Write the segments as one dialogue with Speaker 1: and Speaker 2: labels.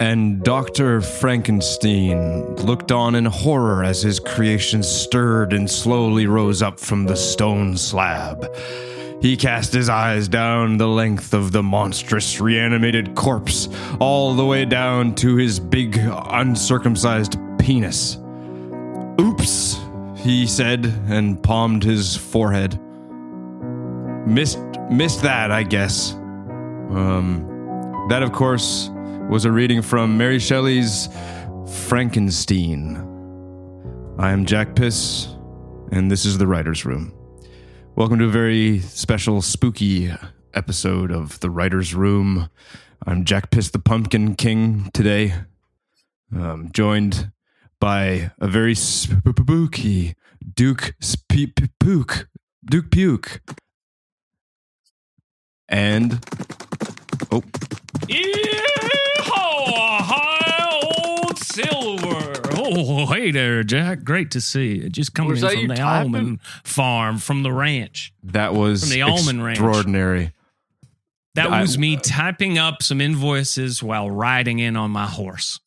Speaker 1: And Dr. Frankenstein looked on in horror as his creation stirred and slowly rose up from the stone slab. He cast his eyes down the length of the monstrous reanimated corpse, all the way down to his big, uncircumcised penis. Oops, he said, and palmed his forehead. Missed, missed that, I guess. Um, that, of course, was a reading from Mary Shelley's Frankenstein. I am Jack Piss, and this is the Writer's Room. Welcome to a very special, spooky episode of the Writer's Room. I'm Jack Piss, the Pumpkin King, today, um, joined by a very spooky Duke Sp- Puke, Duke Puke, and oh,
Speaker 2: Yeehaw, high old silver.
Speaker 3: Oh, hey there, Jack. Great to see you. Just coming
Speaker 2: Was
Speaker 3: in
Speaker 2: that
Speaker 3: from
Speaker 2: you
Speaker 3: the
Speaker 2: typing?
Speaker 3: almond farm, from the ranch.
Speaker 1: that was
Speaker 3: From the Almond Ranch.
Speaker 1: extraordinary.
Speaker 3: That
Speaker 1: I-
Speaker 3: was me typing up some invoices while riding in on my horse.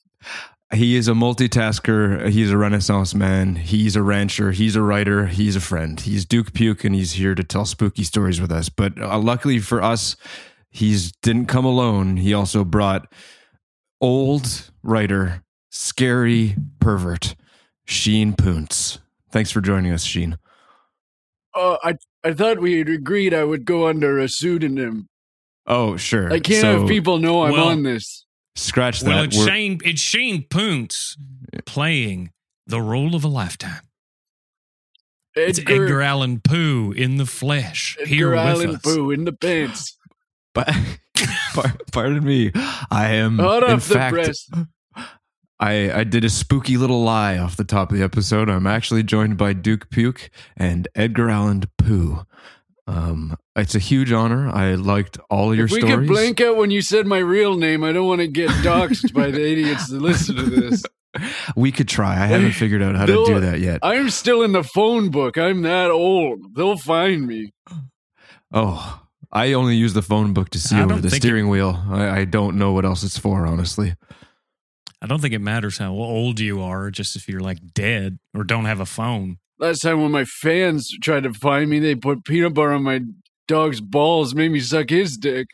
Speaker 1: He is a multitasker. He's a renaissance man. He's a rancher. He's a writer. He's a friend. He's Duke Puke, and he's here to tell spooky stories with us. But uh, luckily for us, he's didn't come alone. He also brought old writer, scary pervert, Sheen Poontz. Thanks for joining us, Sheen.
Speaker 4: Uh, I I thought we had agreed I would go under a pseudonym.
Speaker 1: Oh, sure.
Speaker 4: I can't
Speaker 1: So,
Speaker 4: have people know I'm
Speaker 3: Well-
Speaker 4: on this.
Speaker 1: scratch that.
Speaker 3: Well, it's
Speaker 1: We're-
Speaker 3: Shane, it's Shane Poontz playing the role of a lifetime. It's Edgar, Allan Poe in the flesh.
Speaker 4: Edgar
Speaker 3: here with
Speaker 4: Allan
Speaker 3: us.
Speaker 4: Poe in the pants.
Speaker 1: But par- pardon me, I am
Speaker 4: Hot
Speaker 1: Hmm. in
Speaker 4: off the
Speaker 1: fact.
Speaker 4: press.
Speaker 1: I I did a spooky little lie off the top of the episode. I'm actually joined by Duke Puke and Edgar Allan Poe. Um, it's a huge honor. I liked all your
Speaker 4: If we
Speaker 1: stories.
Speaker 4: could blank out when you said my real name, I don't want to get doxxed by the idiots that listen to this.
Speaker 1: We could try. I haven't figured out how to
Speaker 4: No,
Speaker 1: do that yet.
Speaker 4: I'm still in the phone book. I'm that old. They'll find me.
Speaker 1: oh, I only use the phone book to see
Speaker 3: I
Speaker 1: over
Speaker 3: don't
Speaker 1: the
Speaker 3: think
Speaker 1: steering wheel. I, I don't know what else it's for, honestly.
Speaker 3: I don't think it matters how old you are, just if you're like dead or don't have a phone.
Speaker 4: Last time when my fans tried to find me, they put peanut butter on my dog's balls, made me suck his dick.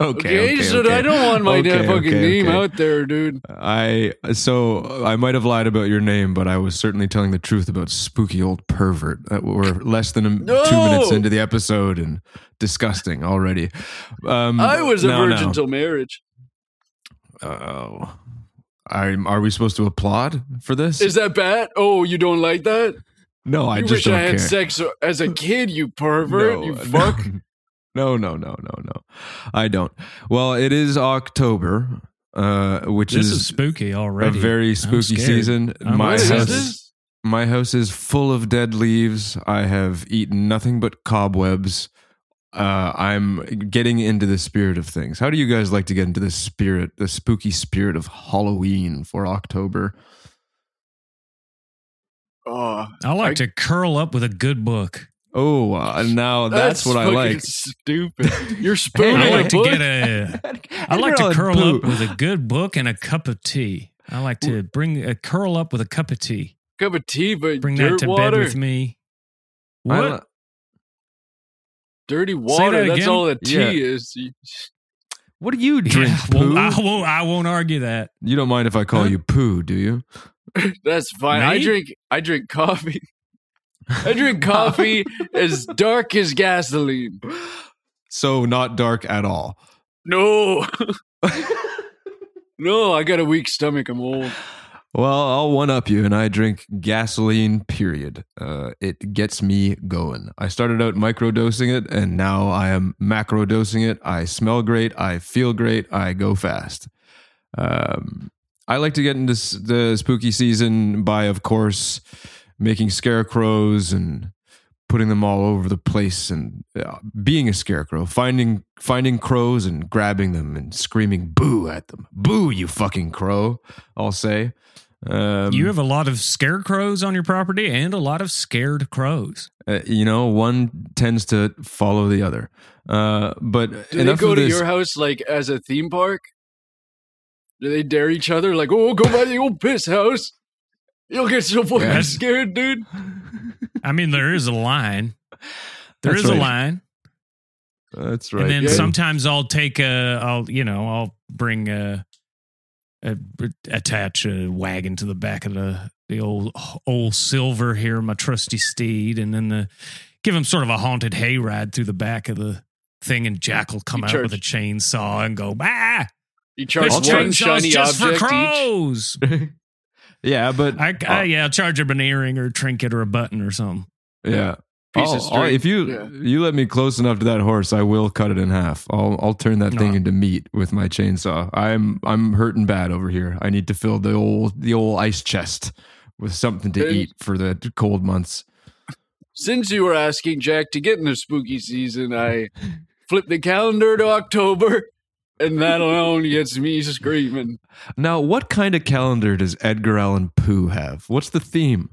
Speaker 4: Okay, so I don't want my
Speaker 1: Okay,
Speaker 4: damn fucking
Speaker 1: okay,
Speaker 4: name
Speaker 1: okay.
Speaker 4: out there, dude.
Speaker 1: I so I might have lied about your name, but I was certainly telling the truth about spooky old pervert. Uh, We're less than a,
Speaker 4: No!
Speaker 1: two minutes into the episode and disgusting already. Um,
Speaker 4: I was a
Speaker 1: no,
Speaker 4: virgin
Speaker 1: no.
Speaker 4: till marriage.
Speaker 1: Oh, I, are we supposed to applaud for this?
Speaker 4: Is that bad? Oh, you don't like that?
Speaker 1: no, I
Speaker 4: you
Speaker 1: just
Speaker 4: wish
Speaker 1: don't
Speaker 4: I had
Speaker 1: care.
Speaker 4: sex as a kid, you
Speaker 1: No,
Speaker 4: pervert,
Speaker 1: uh,
Speaker 4: you
Speaker 1: no,
Speaker 4: fuck.
Speaker 1: No, no, no, no, no. I don't. Well, it is October, uh, which
Speaker 3: This
Speaker 1: is,
Speaker 3: is spooky
Speaker 1: a
Speaker 3: already.
Speaker 1: very spooky
Speaker 3: scared.
Speaker 1: season.
Speaker 3: I'm
Speaker 1: My
Speaker 4: What
Speaker 3: scared.
Speaker 1: house
Speaker 4: is
Speaker 3: house-
Speaker 4: this?
Speaker 1: My house is full of dead leaves. I have eaten nothing but cobwebs. Uh, I'm getting into the spirit of things. How do you guys like to get into the spirit, the spooky spirit of Halloween for October?
Speaker 4: Oh,
Speaker 3: I like
Speaker 4: I-
Speaker 3: to curl up with a good book.
Speaker 1: Oh, uh, now that's, what I
Speaker 4: fucking
Speaker 1: like.
Speaker 4: Stupid. You're spooning
Speaker 3: I
Speaker 1: Hey,
Speaker 3: like
Speaker 4: a
Speaker 3: to
Speaker 4: book?
Speaker 3: get a. I like to curl up with a good book and a cup of tea. I like to bring a curl up with a cup of tea.
Speaker 4: cup of tea, but
Speaker 3: Bring
Speaker 4: dirt
Speaker 3: that to
Speaker 4: water.
Speaker 3: bed with me. What?
Speaker 4: Dirty water.
Speaker 3: that
Speaker 4: That's
Speaker 3: again?
Speaker 4: all that tea
Speaker 1: Yeah.
Speaker 4: is. You-
Speaker 1: What do you
Speaker 3: Yeah,
Speaker 1: drink,
Speaker 3: well,
Speaker 1: Pooh?
Speaker 3: I won't. I won't argue that.
Speaker 1: you don't mind if I call
Speaker 3: Huh?
Speaker 1: you Pooh, do you?
Speaker 4: That's fine. I
Speaker 3: Me?
Speaker 4: drink. I drink coffee. I drink coffee as dark as gasoline.
Speaker 1: So not dark at all.
Speaker 4: No. no, I got a weak stomach. I'm old.
Speaker 1: Well, I'll one up you, and I drink gasoline. Period. Uh, it gets me going. I started out microdosing it, and now I am macrodosing it. I smell great. I feel great. I go fast. Um, I like to get into s- the spooky season by, of course, making scarecrows and putting them all over the place and uh, being a scarecrow, finding finding crows and grabbing them and screaming "boo" at them. "Boo, you fucking crow!" I'll say. Um,
Speaker 3: you have a lot of scarecrows on your property and a lot of scared crows.
Speaker 1: uh, you know, one tends to follow the other. Uh, but
Speaker 4: Do
Speaker 1: enough
Speaker 4: they go
Speaker 1: of
Speaker 4: to
Speaker 1: this.
Speaker 4: your house like as a theme park? Do they dare each other? Like, oh, go by the old piss house. You'll get so fucking
Speaker 1: Yes.
Speaker 4: scared, dude.
Speaker 3: I mean, there is a line. There is
Speaker 1: That's
Speaker 3: a
Speaker 1: right.
Speaker 3: line.
Speaker 1: That's right.
Speaker 3: And then
Speaker 1: yeah.
Speaker 3: sometimes I'll take a, I'll you know, I'll bring a, a attach a wagon to the back of the the old old silver here, my trusty steed, and then the give him sort of a haunted hayride through the back of the thing, and Jack will come
Speaker 4: You
Speaker 3: out
Speaker 4: charge-
Speaker 3: with a chainsaw and go, bah!
Speaker 4: You
Speaker 3: There's
Speaker 4: charge one
Speaker 3: chainsaws
Speaker 4: shiny
Speaker 3: just for
Speaker 4: object each.
Speaker 3: crows.
Speaker 1: yeah, but
Speaker 3: I, I yeah, I'll charge him an earring or a trinket or a button or something.
Speaker 1: yeah.
Speaker 4: Piece
Speaker 1: I'll-
Speaker 4: of
Speaker 1: I'll-
Speaker 4: string.
Speaker 1: Oh, if you
Speaker 4: Yeah.
Speaker 1: you let me close enough to that horse, I will cut it in half. I'll I'll turn that thing
Speaker 3: No.
Speaker 1: into meat with my chainsaw. I'm I'm hurting bad over here. I need to fill the old the old ice chest with something to
Speaker 4: And-
Speaker 1: eat for the cold months.
Speaker 4: Since you were asking Jack to get in the spooky season, I flipped the calendar to October, and that alone gets me screaming.
Speaker 1: Now, what kind of calendar does Edgar Allan Poe have? What's the theme?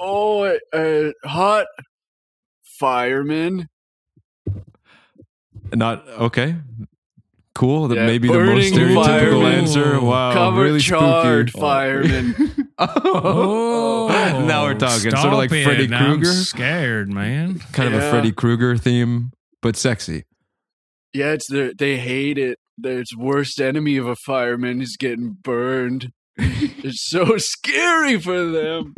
Speaker 4: Oh, uh, hot firemen.
Speaker 1: Not okay. Cool. That
Speaker 4: Yeah,
Speaker 1: may be the most
Speaker 4: burning
Speaker 1: stereotypical
Speaker 4: fire.
Speaker 1: answer. Wow,
Speaker 4: Covered
Speaker 1: Oh, really spooky.
Speaker 4: charred firemen.
Speaker 1: Oh, now we're talking. Sort of like
Speaker 3: Stop
Speaker 1: Freddy
Speaker 3: it. I'm
Speaker 1: Krueger,
Speaker 3: scared, man.
Speaker 1: kind of a
Speaker 4: Yeah.
Speaker 1: Freddy Krueger theme, but sexy.
Speaker 4: Yeah, it's their, they hate it. Their worst enemy of a fireman is getting burned. it's so scary for them.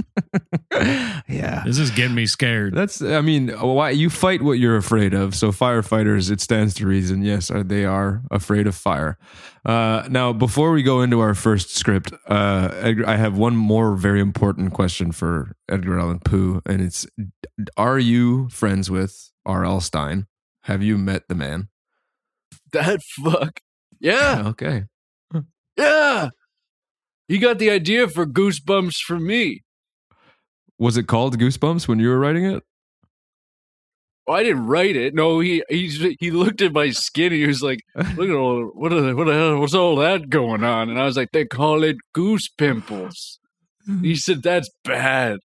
Speaker 1: yeah,
Speaker 3: This is getting me scared.
Speaker 1: that's. I mean, why you fight what you're afraid of? So firefighters, it stands to reason. Yes, are they are afraid of fire. Uh, now, before we go into our first script, uh, Edgar, I have one more very important question for Edgar Allan Poe, and it's: Are you friends with R.L. Stein? Have you met the man?
Speaker 4: That fuck. Yeah,
Speaker 1: Okay.
Speaker 4: yeah. He got the idea for Goosebumps for me.
Speaker 1: Was it called Goosebumps when you were writing it?
Speaker 4: Well, Oh, I didn't write it. No, he he's, he looked at my skin and he was like, "Look at all what are, what the hell what's all that going on?" And I was like, "They call it goose pimples." He said, "That's bad.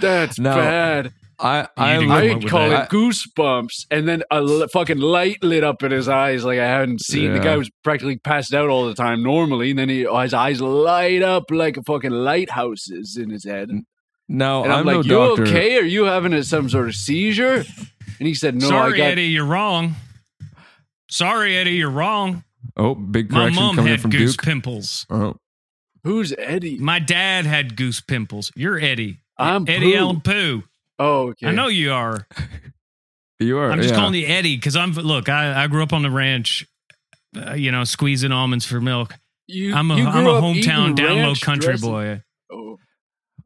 Speaker 4: That's
Speaker 1: No.
Speaker 4: bad."
Speaker 1: I
Speaker 3: didn't
Speaker 1: love-
Speaker 3: come
Speaker 4: I
Speaker 3: up
Speaker 4: would
Speaker 3: with
Speaker 4: call
Speaker 3: that.
Speaker 4: it goosebumps, and then a l- fucking light lit up in his eyes like I hadn't seen. The
Speaker 1: Yeah.
Speaker 4: guy was practically passed out all the time normally, and then he, his eyes light up like fucking lighthouses in his head. And
Speaker 1: now
Speaker 4: I'm,
Speaker 1: I'm,
Speaker 4: like,
Speaker 1: no
Speaker 4: "You
Speaker 1: doctor.
Speaker 4: okay? Are you having a, some sort of seizure?" And he said, "No,
Speaker 3: Sorry,
Speaker 4: I got
Speaker 3: Eddie, you're wrong. Sorry, Eddie, you're wrong.
Speaker 1: Oh, big
Speaker 3: My
Speaker 1: correction
Speaker 3: mom
Speaker 1: coming in
Speaker 3: had
Speaker 1: from
Speaker 3: goose
Speaker 1: Duke.
Speaker 3: pimples.
Speaker 1: Oh,
Speaker 4: who's Eddie?
Speaker 3: My dad had goose pimples. You're Eddie.
Speaker 4: I'm
Speaker 3: Eddie
Speaker 4: Pooh.
Speaker 3: Allen Pooh.
Speaker 4: Oh, okay.
Speaker 3: I know you are.
Speaker 1: you are.
Speaker 3: I'm just
Speaker 1: yeah.
Speaker 3: calling you Eddie because I'm. Look, I, I grew up on the ranch. Uh, you know, squeezing almonds for milk.
Speaker 4: You,
Speaker 3: I'm a
Speaker 4: you
Speaker 3: am
Speaker 4: grew
Speaker 3: a
Speaker 4: up
Speaker 3: hometown
Speaker 4: eating
Speaker 3: down low
Speaker 4: ranch
Speaker 3: country
Speaker 4: dressing-
Speaker 3: boy.
Speaker 4: Oh,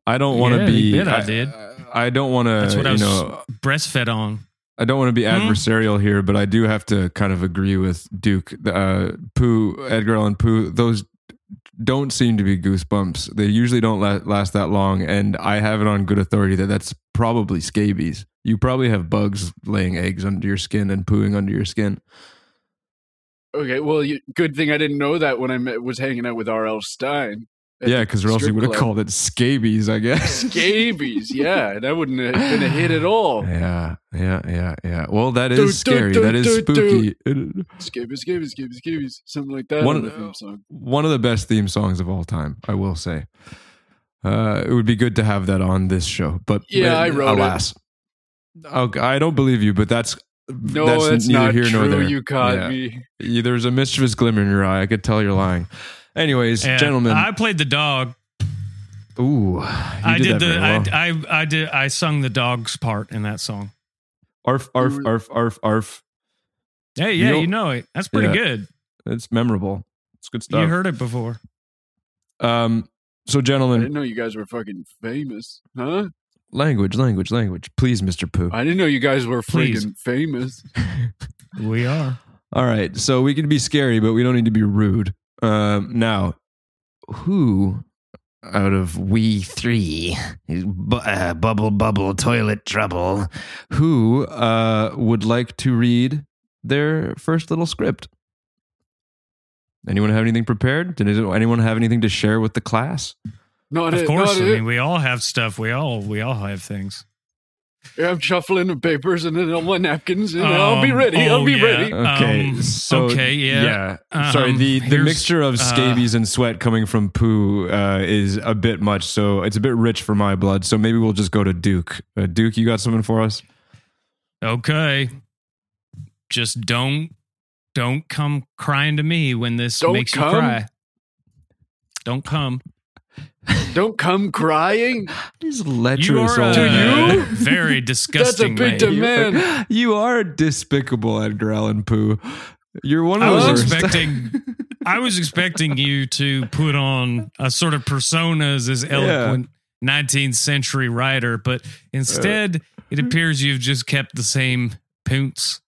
Speaker 1: I don't want to
Speaker 3: Yeah,
Speaker 1: be.
Speaker 3: you bet I did.
Speaker 1: I don't want to.
Speaker 3: That's what
Speaker 1: you
Speaker 3: I was-
Speaker 1: know.
Speaker 3: Breastfed on.
Speaker 1: I don't want to be
Speaker 3: Hmm?
Speaker 1: adversarial here, but I do have to kind of agree with Duke, uh, Pooh, Edgar Allan Poe. Those don't seem to be goosebumps. They usually don't la- last that long, and I have it on good authority that that's probably scabies. You probably have bugs laying eggs under your skin and pooing under your skin.
Speaker 4: okay. Well, you, good thing I didn't know that when I met, was hanging out with R.L. Stein. at
Speaker 1: Yeah,
Speaker 4: the
Speaker 1: because or else you
Speaker 4: strip
Speaker 1: would have
Speaker 4: club.
Speaker 1: called it scabies, I guess.
Speaker 4: scabies. Yeah, that wouldn't have been a hit at all.
Speaker 1: Yeah, yeah, yeah, yeah. Well, that is
Speaker 4: Doo, doo,
Speaker 1: scary.
Speaker 4: doo,
Speaker 1: that is
Speaker 4: doo,
Speaker 1: spooky. It-
Speaker 4: Scabies, scabies, scabies, scabies. Something like that
Speaker 1: One- uh,
Speaker 4: on the theme song.
Speaker 1: one of the best theme songs of all time, I will say. Uh, it would be good to have that on this show, but
Speaker 4: Yeah, I wrote it.
Speaker 1: alas. Okay, I don't believe you, but that's
Speaker 4: No, that's,
Speaker 1: neither
Speaker 4: not
Speaker 1: here
Speaker 4: true.
Speaker 1: nor there.
Speaker 4: You caught
Speaker 1: Yeah.
Speaker 4: me.
Speaker 1: You- There's a mischievous glimmer in your eye. I could tell you're lying. Anyways,
Speaker 3: And
Speaker 1: gentlemen.
Speaker 3: I played the dog.
Speaker 1: ooh, you
Speaker 3: I
Speaker 1: did,
Speaker 3: did,
Speaker 1: that
Speaker 3: the.
Speaker 1: very well.
Speaker 3: I, I I did. I sung the dog's part in that song.
Speaker 1: arf, arf, arf, arf, arf.
Speaker 3: Hey, yeah,
Speaker 1: You'll-
Speaker 3: you know it. That's pretty
Speaker 1: Yeah.
Speaker 3: good.
Speaker 1: It's memorable. It's good
Speaker 3: You
Speaker 1: stuff.
Speaker 3: heard it before.
Speaker 1: um, so,
Speaker 4: I
Speaker 1: gentlemen,
Speaker 4: didn't know you guys were fucking famous, huh?
Speaker 1: language, language, language. Please, Mr. Pooh.
Speaker 4: I didn't know you guys were
Speaker 3: Please.
Speaker 4: freaking famous.
Speaker 3: We are.
Speaker 1: All right, so we can be scary, but we don't need to be rude. Um, now, who out of we three, bu- uh, bubble bubble toilet trouble, who uh, would like to read their first little script? Anyone have anything prepared? Did anyone have anything to share with the class?
Speaker 4: Not
Speaker 3: Of
Speaker 4: it,
Speaker 3: course.
Speaker 4: not
Speaker 3: I
Speaker 4: it.
Speaker 3: mean, we all have stuff. We all we all have things.
Speaker 4: I'm shuffling the papers and then all my napkins, and I'll
Speaker 1: Um,
Speaker 4: be ready.
Speaker 1: oh,
Speaker 4: I'll be ready.
Speaker 1: Okay.
Speaker 3: Um,
Speaker 1: so
Speaker 3: okay, yeah.
Speaker 1: Sorry,
Speaker 3: Um,
Speaker 1: the, the
Speaker 3: here's-
Speaker 1: mixture of scabies and sweat coming from poo uh, is a bit much. So it's a bit rich for my blood. So maybe we'll just go to Duke. Uh, Duke, you got something for us?
Speaker 3: Okay. Just don't don't come crying to me when this
Speaker 4: Don't
Speaker 3: makes
Speaker 4: come?
Speaker 3: you cry. Don't come.
Speaker 4: Don't come crying.
Speaker 1: Just
Speaker 3: You are
Speaker 1: old
Speaker 3: a
Speaker 4: To you?
Speaker 3: very
Speaker 4: That's a
Speaker 3: disgusting
Speaker 4: big
Speaker 3: man.
Speaker 4: demand.
Speaker 1: You are despicable at Growl and Poo. You're one of
Speaker 3: I
Speaker 1: the
Speaker 3: was
Speaker 1: worst.
Speaker 3: expecting I was expecting you to put on a sort of persona as this eloquent 19th century writer, but instead it appears you've just kept the same poont's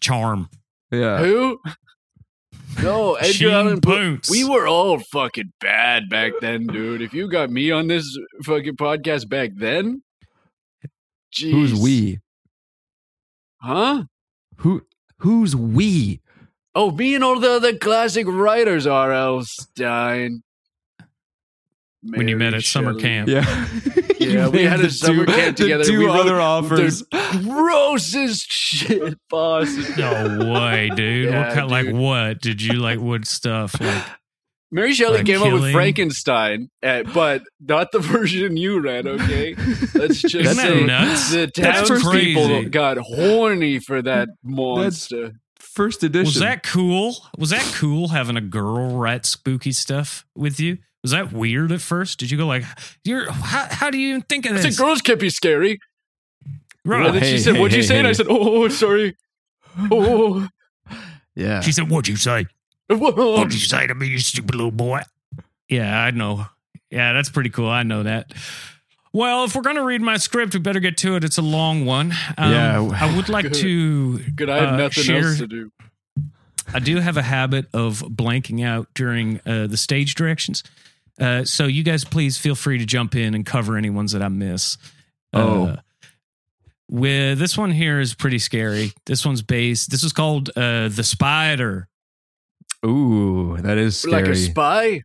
Speaker 3: charm.
Speaker 1: yeah.
Speaker 4: Who? No, Edgar
Speaker 3: Sheen
Speaker 4: Allan Poe.
Speaker 3: Poontz.
Speaker 4: We were all fucking bad back then, dude. If you got me on this fucking podcast back then, jeez.
Speaker 1: Who's we?
Speaker 4: Huh?
Speaker 1: Who? Who's we?
Speaker 4: Oh, me and all the other classic writers, R.L. Stein.
Speaker 3: when you
Speaker 4: Mary
Speaker 3: met at summer
Speaker 4: Shelley.
Speaker 3: camp.
Speaker 1: Yeah.
Speaker 4: Yeah, we had a summer camp together.
Speaker 1: The two
Speaker 4: We wrote
Speaker 1: other offers.
Speaker 4: Grossest shit, boss.
Speaker 3: No way, dude.
Speaker 4: Yeah,
Speaker 3: what kind, like
Speaker 4: dude.
Speaker 3: what did you like? What stuff? Like
Speaker 4: Mary Shelley
Speaker 3: Like
Speaker 4: came up with
Speaker 3: killing?
Speaker 4: Frankenstein, uh, but not the version you read. Okay, let's just
Speaker 3: Isn't that
Speaker 4: say
Speaker 3: nuts?
Speaker 4: the
Speaker 3: That's
Speaker 4: townspeople
Speaker 3: crazy.
Speaker 4: got horny for that monster.
Speaker 1: First edition.
Speaker 3: was that cool? Was that cool having a girl write spooky stuff with you? Was that weird at first? Did you go like, "You're how, how do you even think of
Speaker 4: I
Speaker 3: this?"
Speaker 4: said girls can't be scary.
Speaker 3: Right.
Speaker 4: and then
Speaker 1: Hey,
Speaker 4: she said,
Speaker 1: hey,
Speaker 4: "What'd you
Speaker 1: hey,
Speaker 4: say?" And I
Speaker 1: hey.
Speaker 4: said, "Oh, sorry." Oh,
Speaker 1: Yeah.
Speaker 3: She said, "What'd you say?
Speaker 4: whoa.
Speaker 3: What'd you say to me, you stupid little boy?" Yeah, I know. Yeah, that's pretty cool. I know that. Well, if we're gonna read my script, we better get to it. It's a long one. Um,
Speaker 1: Yeah.
Speaker 3: I would like to
Speaker 4: good. I had
Speaker 3: Uh,
Speaker 4: nothing
Speaker 3: share-
Speaker 4: else to do.
Speaker 3: I do have a habit of blanking out during uh, the stage directions. Uh, so you guys, please feel free to jump in and cover any ones that I miss.
Speaker 1: Oh.
Speaker 3: Uh, with this one here is pretty scary. This one's based. This is called uh, the Spider.
Speaker 1: Ooh, that is scary.
Speaker 4: Like a spy?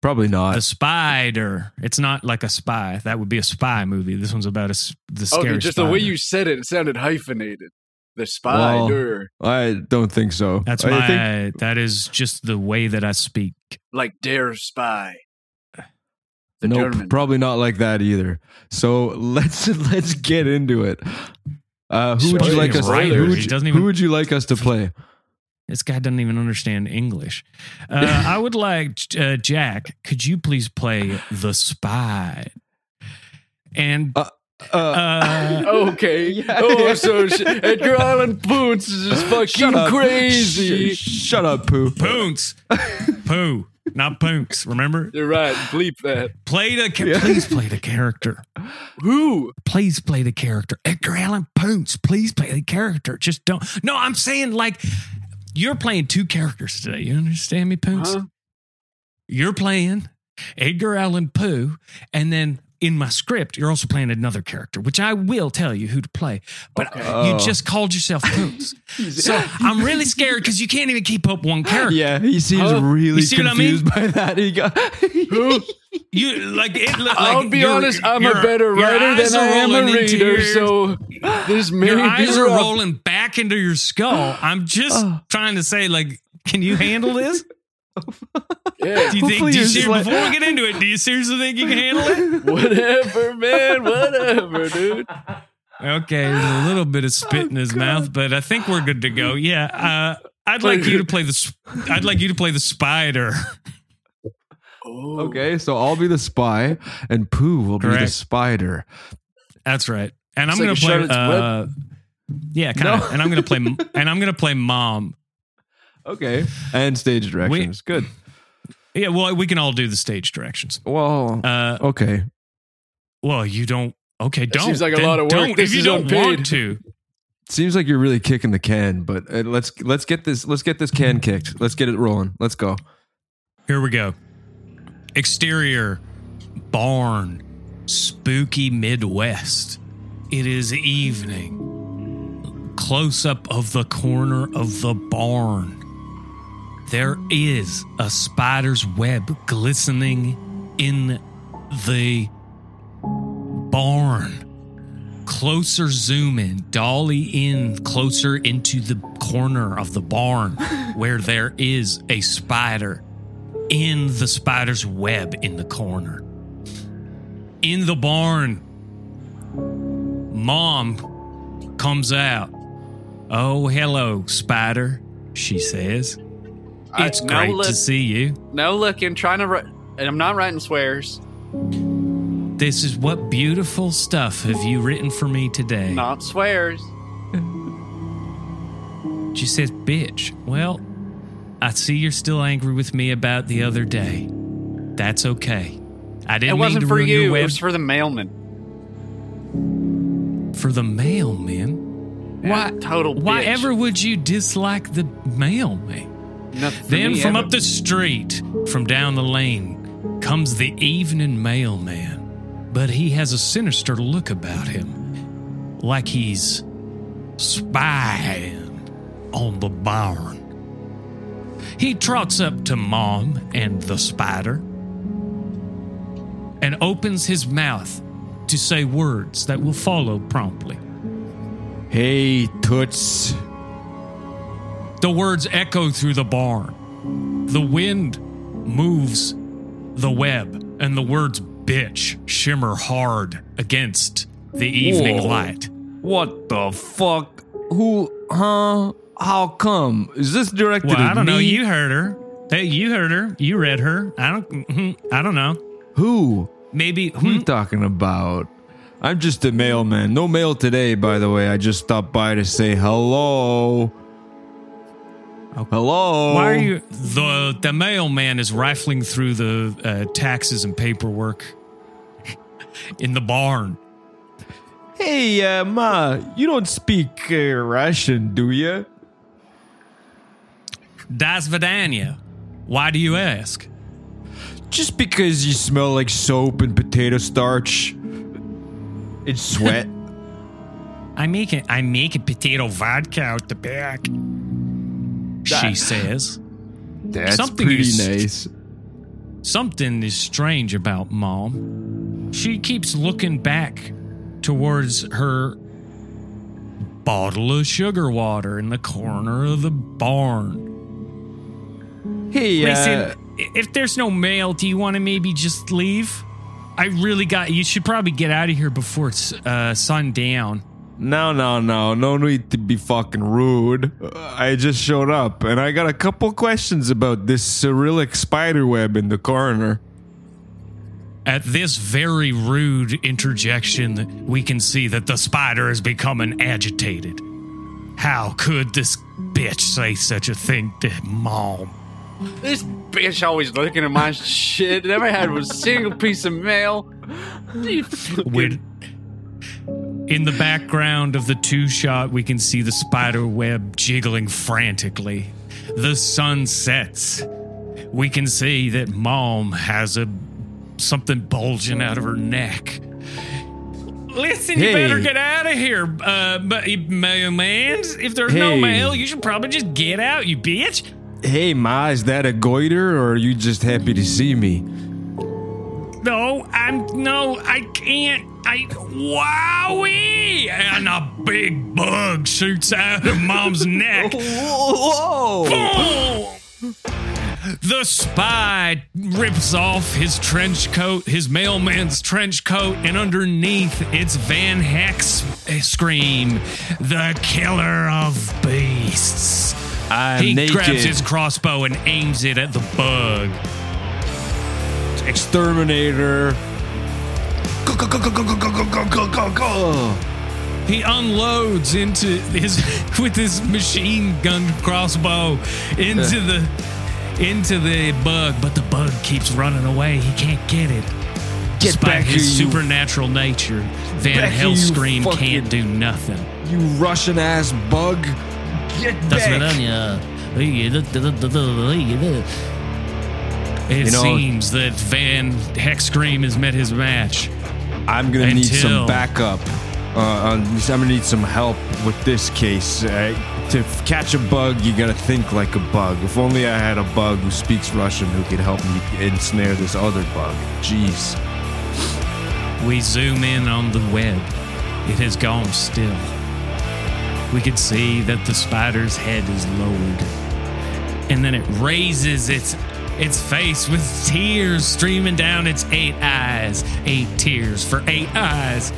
Speaker 1: Probably
Speaker 3: The
Speaker 1: not.
Speaker 3: Spider. It's not like a spy. That would be a spy movie. This one's about a s the scary.
Speaker 4: Okay, Oh, just the way
Speaker 3: spider.
Speaker 4: you said it, it sounded hyphenated. The spider,
Speaker 1: I don't think so.
Speaker 3: That's
Speaker 1: I
Speaker 3: my.
Speaker 1: think-
Speaker 3: that is just the way that I speak.
Speaker 4: like dare spy. The
Speaker 1: nope,
Speaker 4: German.
Speaker 1: probably not like that either. So let's let's get into it. Uh, who would you
Speaker 4: Spoiler
Speaker 1: like us?
Speaker 4: writer,
Speaker 1: Who would
Speaker 4: he
Speaker 1: you,
Speaker 3: doesn't
Speaker 1: who
Speaker 3: even-
Speaker 1: would you like us to play?
Speaker 3: This guy doesn't even understand English. Uh, I would like, uh, Jack, could you please play The Spy? And
Speaker 1: Uh, Uh,
Speaker 3: uh,
Speaker 4: Okay.
Speaker 1: Yeah.
Speaker 4: Oh, so sh- Edgar Allan Poonce is just fucking
Speaker 3: uh,
Speaker 1: up.
Speaker 4: crazy.
Speaker 1: Sh- shut up, poo.
Speaker 3: Poonts, Pooh, not Poonks, remember?
Speaker 4: You're right. Bleep that.
Speaker 3: Play the, ca- please play the character.
Speaker 4: Who?
Speaker 3: Please play the character. Edgar Allan Poonts, please play the character. Just don't. No, I'm saying like, you're playing two characters today. You understand me, Poonts?
Speaker 4: Huh?
Speaker 3: you're playing Edgar Allan Poe, and then in my script, you're also playing another character, which I will tell you who to play. But
Speaker 1: Oh.
Speaker 3: you just called yourself Poots. so I'm really scared because you can't even keep up one character.
Speaker 1: Yeah, he seems
Speaker 4: Huh?
Speaker 1: really
Speaker 3: You see what I mean?
Speaker 1: confused by that. He got
Speaker 4: Who?
Speaker 3: You like it. Like,
Speaker 4: I'll be
Speaker 3: your-
Speaker 4: honest. I'm a
Speaker 3: your-
Speaker 4: better
Speaker 3: your
Speaker 4: writer
Speaker 3: eyes
Speaker 4: than I
Speaker 3: are
Speaker 4: am a
Speaker 3: rolling into
Speaker 4: reader.
Speaker 3: your-
Speaker 4: So there's many
Speaker 3: your eyes are
Speaker 4: people out-
Speaker 3: rolling back into your skull. I'm just
Speaker 4: Oh.
Speaker 3: trying to say, like, can you handle this?
Speaker 4: Yeah.
Speaker 3: Do you think?
Speaker 1: Hopefully
Speaker 3: Do
Speaker 1: you're
Speaker 3: you
Speaker 1: just
Speaker 3: ser-
Speaker 1: like-
Speaker 3: before we get into it, do you seriously think you can handle it?
Speaker 4: Whatever, man. Whatever, dude.
Speaker 3: Okay, there's a little bit of spit
Speaker 4: Oh,
Speaker 3: in his mouth, but I think we're good to go. Yeah, uh, I'd like you to play the. sp- I'd like you to play the spider.
Speaker 4: Oh.
Speaker 1: okay. So I'll be the spy, and Pooh will be the
Speaker 3: Correct.
Speaker 1: spider.
Speaker 3: That's right, and I'm
Speaker 4: It's like a
Speaker 3: gonna play.
Speaker 4: Charlotte's
Speaker 3: Uh, yeah, kind of,
Speaker 1: No.
Speaker 3: and I'm gonna play. And I'm gonna play mom.
Speaker 1: Okay, and stage directions. Good.
Speaker 3: Yeah, well, we can all do the stage directions.
Speaker 1: Well,
Speaker 3: Uh,
Speaker 1: okay.
Speaker 3: well, you don't. Okay, don't.
Speaker 4: seems like a
Speaker 3: Then
Speaker 4: lot of work.
Speaker 3: Don't,
Speaker 4: This
Speaker 3: if you
Speaker 4: is
Speaker 3: don't
Speaker 4: unpaid.
Speaker 3: want to.
Speaker 1: Seems like you're really kicking the can, but uh, let's let's get this let's get this can kicked. Let's get it rolling. Let's go.
Speaker 3: Here we go. Exterior, barn, spooky Midwest. It is evening. Close up of the corner of the barn. There is a spider's web glistening in the barn. Closer zoom in, dolly in closer into the corner of the barn where there is a spider in the spider's web in the corner. In the barn, mom comes out. Oh, hello, spider, she says.
Speaker 4: I-
Speaker 3: It's
Speaker 4: now
Speaker 3: great to
Speaker 4: let-
Speaker 3: see you.
Speaker 4: Oh. No looking, trying to write, and I'm not writing swears.
Speaker 3: This is what beautiful stuff have you written for me today?
Speaker 4: Not swears.
Speaker 3: She says, Bitch, well, I see you're still angry with me about the other day. That's okay. I
Speaker 4: It
Speaker 3: didn't mean
Speaker 4: wasn't
Speaker 3: to
Speaker 4: for
Speaker 3: ruin your
Speaker 4: you. It
Speaker 3: web
Speaker 4: was for the mailman.
Speaker 3: for the mailman.
Speaker 4: Yeah,
Speaker 3: why,
Speaker 4: total
Speaker 3: why
Speaker 4: bitch.
Speaker 3: ever would you dislike the mailman?
Speaker 4: Nothing for
Speaker 3: Then
Speaker 4: me
Speaker 3: from
Speaker 4: ever.
Speaker 3: up the street, from down the lane, comes the evening mailman. But he has a sinister look about him, like he's spying on the barn. He trots up to Mom and the spider and opens his mouth to say words that will follow promptly.
Speaker 1: Hey, Toots.
Speaker 3: The words echo through the barn. The wind moves the web, and the words bitch shimmer hard against the evening
Speaker 1: Whoa.
Speaker 3: light.
Speaker 1: What the fuck? Who? Huh? How come? Is this directed
Speaker 3: Well,
Speaker 1: at
Speaker 3: I don't know.
Speaker 1: me?
Speaker 3: You heard her. Hey, you heard her. You read her. I don't. mhm, I don't know.
Speaker 1: Who?
Speaker 3: Maybe.
Speaker 1: Who
Speaker 3: hmm,
Speaker 1: you talking about? I'm just a mailman. No mail today, by the way. I just stopped by to say hello. Hello.
Speaker 3: Why are you? Oh. The the mailman is rifling through the uh, taxes and paperwork in the barn.
Speaker 1: Hey, uh, ma, you don't speak uh, Russian, do you?
Speaker 3: Das Vidania. Why do you ask?
Speaker 1: Just because you smell like soap and potato starch and sweat.
Speaker 3: I make it. I make a potato vodka out the back. She says
Speaker 1: That's
Speaker 3: Something
Speaker 1: pretty
Speaker 3: is-
Speaker 1: nice.
Speaker 3: something is strange about mom. She keeps looking back towards her bottle of sugar water in the corner of the barn.
Speaker 1: Hey, uh,
Speaker 3: Listen, i- if there's no mail, do you want to maybe just leave? I really got. You should probably get out of here before it's uh, sundown.
Speaker 1: no, no, no, no need to be fucking rude. Uh, I just showed up and I got a couple questions about this Cyrillic spider web in the corner.
Speaker 3: At this very rude interjection, we can see that the spider is becoming agitated. How could this bitch say such a thing to mom?
Speaker 4: This bitch always looking at my shit. Never had a single piece of mail. You fucking-
Speaker 3: We're- in the background of the two shot, we can see the spider web jiggling frantically. The sun sets. We can see that mom has a something bulging out of her neck. Listen,
Speaker 1: Hey.
Speaker 3: you better get out of here, uh, but mailman. If there's no
Speaker 1: Hey.
Speaker 3: mail, you should probably just get out, you bitch.
Speaker 1: Hey, ma, is that a goiter or are you just happy to see me?
Speaker 3: No, I'm no, I can't. I wowie, and a big bug shoots out of mom's neck.
Speaker 1: Whoa!
Speaker 3: Boom! The spy rips off his trench coat, his mailman's trench coat, and underneath it's Van Heck's scream, the killer of beasts.
Speaker 1: I'm
Speaker 3: he
Speaker 1: naked.
Speaker 3: grabs his crossbow and aims it at the bug.
Speaker 1: Exterminator. Go, go, go, go, go, go, go, go, go, go, go.
Speaker 3: He unloads into his with his machine gun crossbow into the into the bug, but the bug keeps running away. He can't get it.
Speaker 1: Get
Speaker 3: Despite
Speaker 1: back
Speaker 3: his
Speaker 1: here, you-
Speaker 3: supernatural nature, Van
Speaker 1: Back here, you
Speaker 3: Hell's scream
Speaker 1: fucking-
Speaker 3: can't do nothing.
Speaker 1: You Russian ass bug. Get back.
Speaker 3: It
Speaker 1: know-
Speaker 3: seems that Van Hex Scream has met his match.
Speaker 1: I'm gonna need some
Speaker 3: Until-
Speaker 1: backup. Uh, on this- I'm gonna need some help with this case. Uh, to f- catch a bug, you gotta think like a bug. If only I had a bug who speaks Russian who could help me ensnare this other bug. Jeez.
Speaker 3: We zoom in on the web. It has gone still. We can see that the spider's head is lowered. And then it raises its its face with tears streaming down its eight eyes. Eight tears for eight eyes.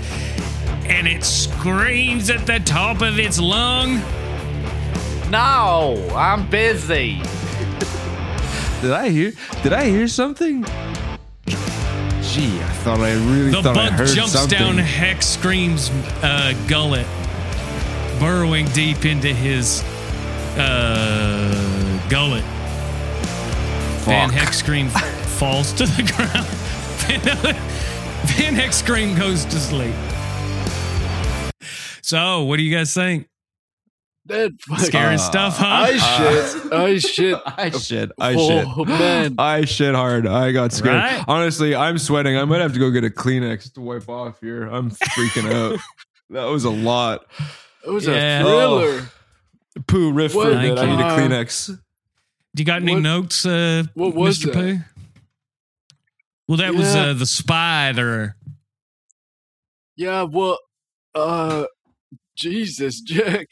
Speaker 3: And it screams at the top of its lung.
Speaker 5: No, I'm busy.
Speaker 1: Did I hear? Did I hear something? Gee, I thought I really
Speaker 3: The
Speaker 1: thought I
Speaker 3: bug
Speaker 1: heard
Speaker 3: jumps
Speaker 1: something.
Speaker 3: down Hex Scream's uh, gullet, burrowing deep into his uh, gullet. Van
Speaker 1: Fuck.
Speaker 3: Hex Scream falls to the ground. Van, Van Hex Scream goes to sleep. So, what do you guys think?
Speaker 4: That fucking-
Speaker 1: Uh,
Speaker 3: Scary stuff, huh? Uh,
Speaker 4: I shit. I shit.
Speaker 1: I shit. I shit.
Speaker 4: oh man.
Speaker 1: I shit hard. I got scared.
Speaker 3: Right?
Speaker 1: Honestly, I'm sweating. I might have to go get a Kleenex to wipe off here. I'm freaking out. That was a lot. Uh,
Speaker 4: It was
Speaker 3: Yeah.
Speaker 4: a thriller.
Speaker 1: Poo riff
Speaker 4: What
Speaker 1: for a bit.
Speaker 3: the
Speaker 1: I need a
Speaker 4: fuck?
Speaker 1: Kleenex.
Speaker 3: you got any
Speaker 4: What-
Speaker 3: notes, uh,
Speaker 4: what was
Speaker 3: Mr.
Speaker 4: that?
Speaker 3: Pooh? Well, that was
Speaker 4: Yeah.
Speaker 3: uh, the spider.
Speaker 4: Yeah, well, uh, Jesus, Jack.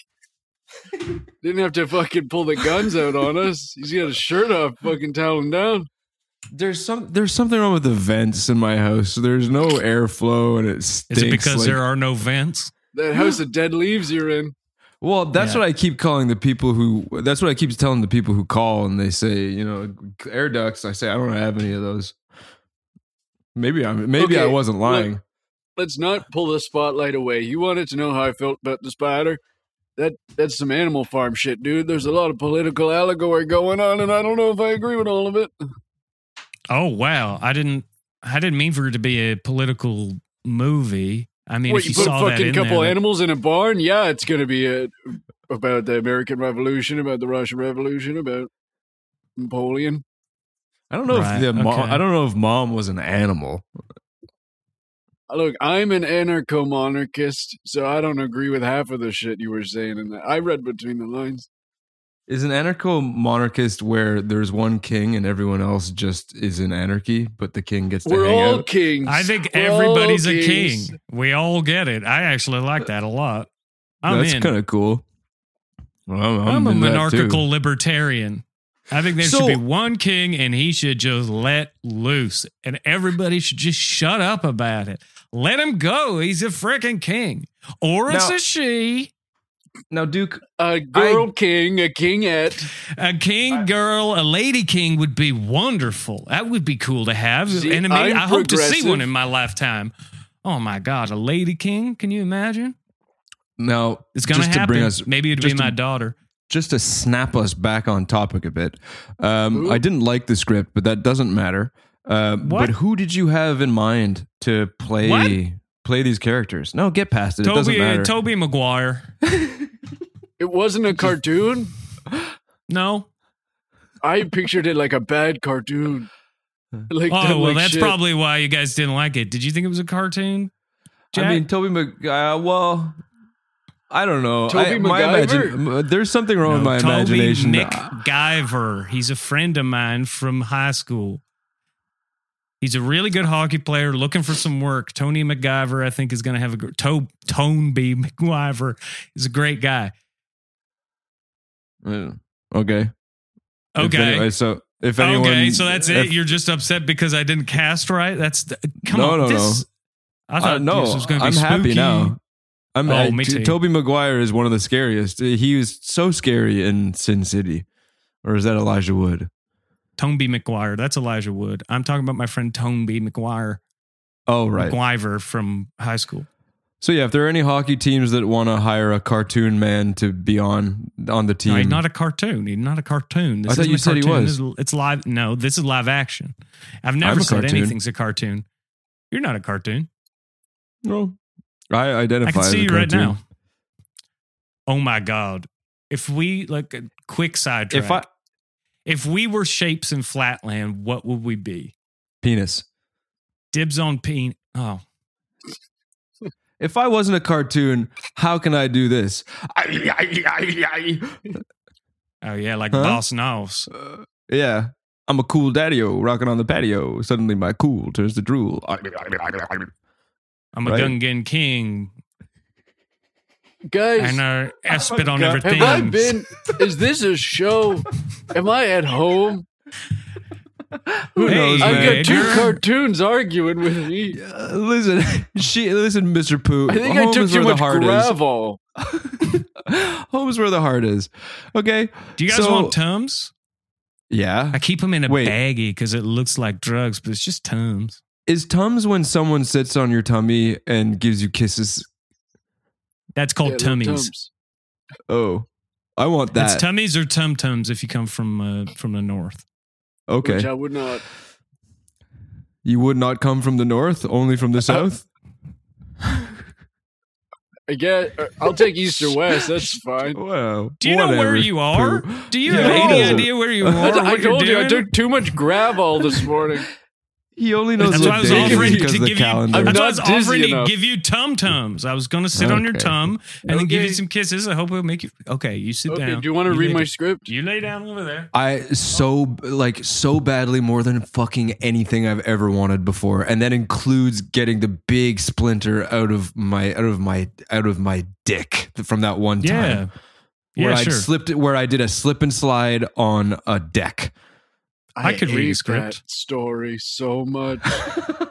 Speaker 4: Didn't have to fucking pull the guns out on us. He's got his shirt off, fucking towel him down.
Speaker 1: There's some. There's something wrong with the vents in my house. There's no airflow, and it stinks.
Speaker 3: Is it because
Speaker 1: like-
Speaker 3: there are no vents?
Speaker 4: That house of dead leaves you're in.
Speaker 1: Well, that's
Speaker 3: Yeah.
Speaker 1: what I keep calling the people who. That's what I keep telling the people who call and they say, you know, air ducts. I say I don't have any of those. Maybe I'm. Maybe I
Speaker 4: Okay,
Speaker 1: wasn't
Speaker 4: look.
Speaker 1: lying.
Speaker 4: Let's not pull the spotlight away. You wanted to know how I felt about the spider? That that's some animal farm shit, dude. There's a lot of political allegory going on, and I don't know if I agree with all of it.
Speaker 3: Oh wow! I didn't. I didn't mean for it to be a political movie. I mean,
Speaker 4: Wait,
Speaker 3: if
Speaker 4: you
Speaker 3: you,
Speaker 4: put a
Speaker 3: saw that
Speaker 4: fucking
Speaker 3: in
Speaker 4: couple
Speaker 3: there,
Speaker 4: animals in a barn? Yeah, it's gonna be uh about the American Revolution, about the Russian Revolution, about Napoleon.
Speaker 1: I don't know
Speaker 3: Right,
Speaker 1: if the mom,
Speaker 3: okay.
Speaker 1: I don't know if mom was an animal.
Speaker 4: Uh, Look, I'm an anarcho monarchist, so I don't agree with half of the shit you were saying. And I read between the lines.
Speaker 1: Is an anarcho monarchist where there's one king and everyone else just is in anarchy, but the king gets to
Speaker 4: We're
Speaker 1: hang
Speaker 4: all
Speaker 1: out?
Speaker 4: kings.
Speaker 3: I think
Speaker 4: We're all
Speaker 3: everybody's a king.
Speaker 4: kings.
Speaker 3: We all get it. I actually like that a lot. I'm
Speaker 1: That's
Speaker 3: in.
Speaker 1: kind of cool. Well, I'm,
Speaker 3: I'm,
Speaker 1: I'm
Speaker 3: a
Speaker 1: in that too.
Speaker 3: monarchical libertarian. I think there
Speaker 1: So-
Speaker 3: should be one king, and he should just let loose, and everybody should just shut up about it. Let him go. He's a freaking king, or it's
Speaker 1: Now-
Speaker 3: a she,
Speaker 1: Now, Duke,
Speaker 4: A girl king, a kingette.
Speaker 3: a king girl, a lady king would be wonderful. That would be cool to have.
Speaker 4: See,
Speaker 3: and maybe,
Speaker 4: I'm
Speaker 3: I hope to see
Speaker 4: progressive.
Speaker 3: one in my lifetime. Oh my god, a lady king? Can you imagine?
Speaker 1: now
Speaker 3: It's gonna
Speaker 1: just
Speaker 3: happen.
Speaker 1: to bring us
Speaker 3: maybe it'd be
Speaker 1: just to-
Speaker 3: my daughter.
Speaker 1: just to snap us back on topic a bit. Um,
Speaker 4: Who?
Speaker 1: I didn't like the script, but that doesn't matter. Um,
Speaker 3: What?
Speaker 1: but who did you have in mind to play
Speaker 3: What?
Speaker 1: play these characters? No, get past it. it doesn't
Speaker 3: Toby, uh,
Speaker 1: matter.
Speaker 3: Toby Maguire.
Speaker 4: It wasn't a cartoon.
Speaker 3: No,
Speaker 4: I pictured it like a bad cartoon. Like, that
Speaker 3: Oh well,
Speaker 4: like
Speaker 3: that's
Speaker 4: shit.
Speaker 3: probably why you guys didn't like it. Did you think it was a cartoon? Jack?
Speaker 1: I mean, Toby Mag. Uh, well, I don't know.
Speaker 4: Toby
Speaker 1: I, my
Speaker 4: MacGyver?
Speaker 1: imagine, m- there's something wrong
Speaker 3: No,
Speaker 1: with my
Speaker 3: Toby
Speaker 1: imagination.
Speaker 3: Nick
Speaker 1: Uh,
Speaker 3: Guyver. He's a friend of mine from high school. He's a really good hockey player looking for some work. Tony McGyver, I think, is going to have a gr- to- Tone B. McGyver is a great guy.
Speaker 1: yeah. Uh, okay. If
Speaker 3: Okay.
Speaker 1: anyway, so if anyone,
Speaker 3: okay, so that's it.
Speaker 1: if-
Speaker 3: You're just upset because I didn't cast right. That's the, come
Speaker 1: No,
Speaker 3: on.
Speaker 1: no,
Speaker 3: this, I thought
Speaker 1: uh, no,
Speaker 3: this was going to be
Speaker 1: I'm happy
Speaker 3: spooky.
Speaker 1: now. I'm,
Speaker 3: Oh,
Speaker 1: I-
Speaker 3: me
Speaker 1: T-
Speaker 3: too.
Speaker 1: Toby Maguire is one of the scariest. Uh, He was so scary in Sin City, or is that Elijah Wood?
Speaker 3: Tone B. McGuire. That's Elijah Wood. I'm talking about my friend Tone B. McGuire.
Speaker 1: Oh, right.
Speaker 3: McGuiver from high school.
Speaker 1: So yeah, if there are any hockey teams that want to hire a cartoon man to be on on the team,
Speaker 3: No, he's not a cartoon. He's not a cartoon. This
Speaker 1: I thought
Speaker 3: isn't
Speaker 1: you
Speaker 3: a
Speaker 1: said he
Speaker 3: cartoon.
Speaker 1: was.
Speaker 3: This is- it's live. No, this is live action. I've
Speaker 1: I'm
Speaker 3: never
Speaker 1: a
Speaker 3: said
Speaker 1: cartoon.
Speaker 3: anything's a cartoon. You're not a cartoon.
Speaker 1: Well, I identify.
Speaker 3: I can
Speaker 1: as
Speaker 3: see
Speaker 1: a
Speaker 3: you right
Speaker 1: cartoon.
Speaker 3: now. Oh my god! If we like a quick sidetrack.
Speaker 1: If I
Speaker 3: if we were shapes in Flatland, what would we be?
Speaker 1: penis.
Speaker 3: Dibs on peen. Oh,
Speaker 1: If I wasn't a cartoon, how can I do this?
Speaker 3: oh yeah, like
Speaker 1: Huh?
Speaker 3: Boss Noss.
Speaker 1: Uh, yeah. I'm a cool daddy rocking on the patio. Suddenly my cool turns to drool.
Speaker 3: I'm a
Speaker 1: Right.
Speaker 3: Gungan king,
Speaker 4: Guys,
Speaker 3: and I, I spit on
Speaker 1: Gun-
Speaker 3: everything.
Speaker 4: have I been? Is this a show? Am I at home?
Speaker 1: Who
Speaker 3: Hey,
Speaker 1: knows,
Speaker 4: I've
Speaker 1: man?
Speaker 3: man.
Speaker 4: got two
Speaker 3: you're-
Speaker 4: cartoons arguing with me.
Speaker 1: Uh, listen, she listen, Mr. Pooh.
Speaker 4: I think I
Speaker 1: home
Speaker 4: took
Speaker 1: is
Speaker 4: too
Speaker 1: where the
Speaker 4: much
Speaker 1: heart
Speaker 4: gravel.
Speaker 1: is. Home is where the heart is. Okay.
Speaker 3: Do you guys
Speaker 1: So-
Speaker 3: want tums?
Speaker 1: Yeah.
Speaker 3: I keep them in a
Speaker 1: Wait.
Speaker 3: baggie because it looks like drugs, but it's just tums.
Speaker 1: Is Tums when someone sits on your tummy and gives you kisses?
Speaker 3: That's called
Speaker 4: Yeah, little
Speaker 3: tummies.
Speaker 4: tums.
Speaker 1: Oh, I want
Speaker 3: That's
Speaker 1: that.
Speaker 3: tummies or tum tums if you come from uh, from the north.
Speaker 4: Which
Speaker 1: okay.
Speaker 4: I would not.
Speaker 1: You would not come from the north, only from
Speaker 4: Uh,
Speaker 1: the south?
Speaker 4: I guess I'll take East or West. That's fine.
Speaker 1: Wow.
Speaker 3: Do you know where
Speaker 1: Whatever,
Speaker 3: you are?
Speaker 1: Pooh.
Speaker 3: Do you
Speaker 1: Yeah.
Speaker 3: have any
Speaker 1: No.
Speaker 3: idea where you are?
Speaker 4: I, I
Speaker 3: what you're
Speaker 4: told you I
Speaker 3: doing?
Speaker 4: took too much gravel this morning.
Speaker 1: He only knows
Speaker 3: That's
Speaker 1: the
Speaker 3: why I was
Speaker 1: date
Speaker 3: offering
Speaker 1: because
Speaker 3: to
Speaker 1: of the
Speaker 3: give you.
Speaker 1: calendar.
Speaker 4: I'm
Speaker 3: That's why I
Speaker 4: not
Speaker 3: was
Speaker 4: dizzy
Speaker 3: offering to
Speaker 4: enough.
Speaker 3: give you tum tums. I was going to sit on your
Speaker 1: Okay.
Speaker 3: tum and then give you
Speaker 4: Okay.
Speaker 3: some kisses. I hope it'll make you okay. You sit
Speaker 4: Okay,
Speaker 3: down.
Speaker 4: do you want to
Speaker 3: lay
Speaker 4: read my
Speaker 3: down.
Speaker 4: script?
Speaker 3: You lay down over there.
Speaker 1: I so like so badly more than fucking anything I've ever wanted before, and that includes getting the big splinter out of my out of my out of my dick from that one
Speaker 3: Yeah,
Speaker 1: time where
Speaker 3: yeah,
Speaker 1: I
Speaker 3: sure.
Speaker 1: slipped where I did a slip and slide on a deck.
Speaker 3: I could read a
Speaker 4: hate
Speaker 3: script.
Speaker 4: that story so much.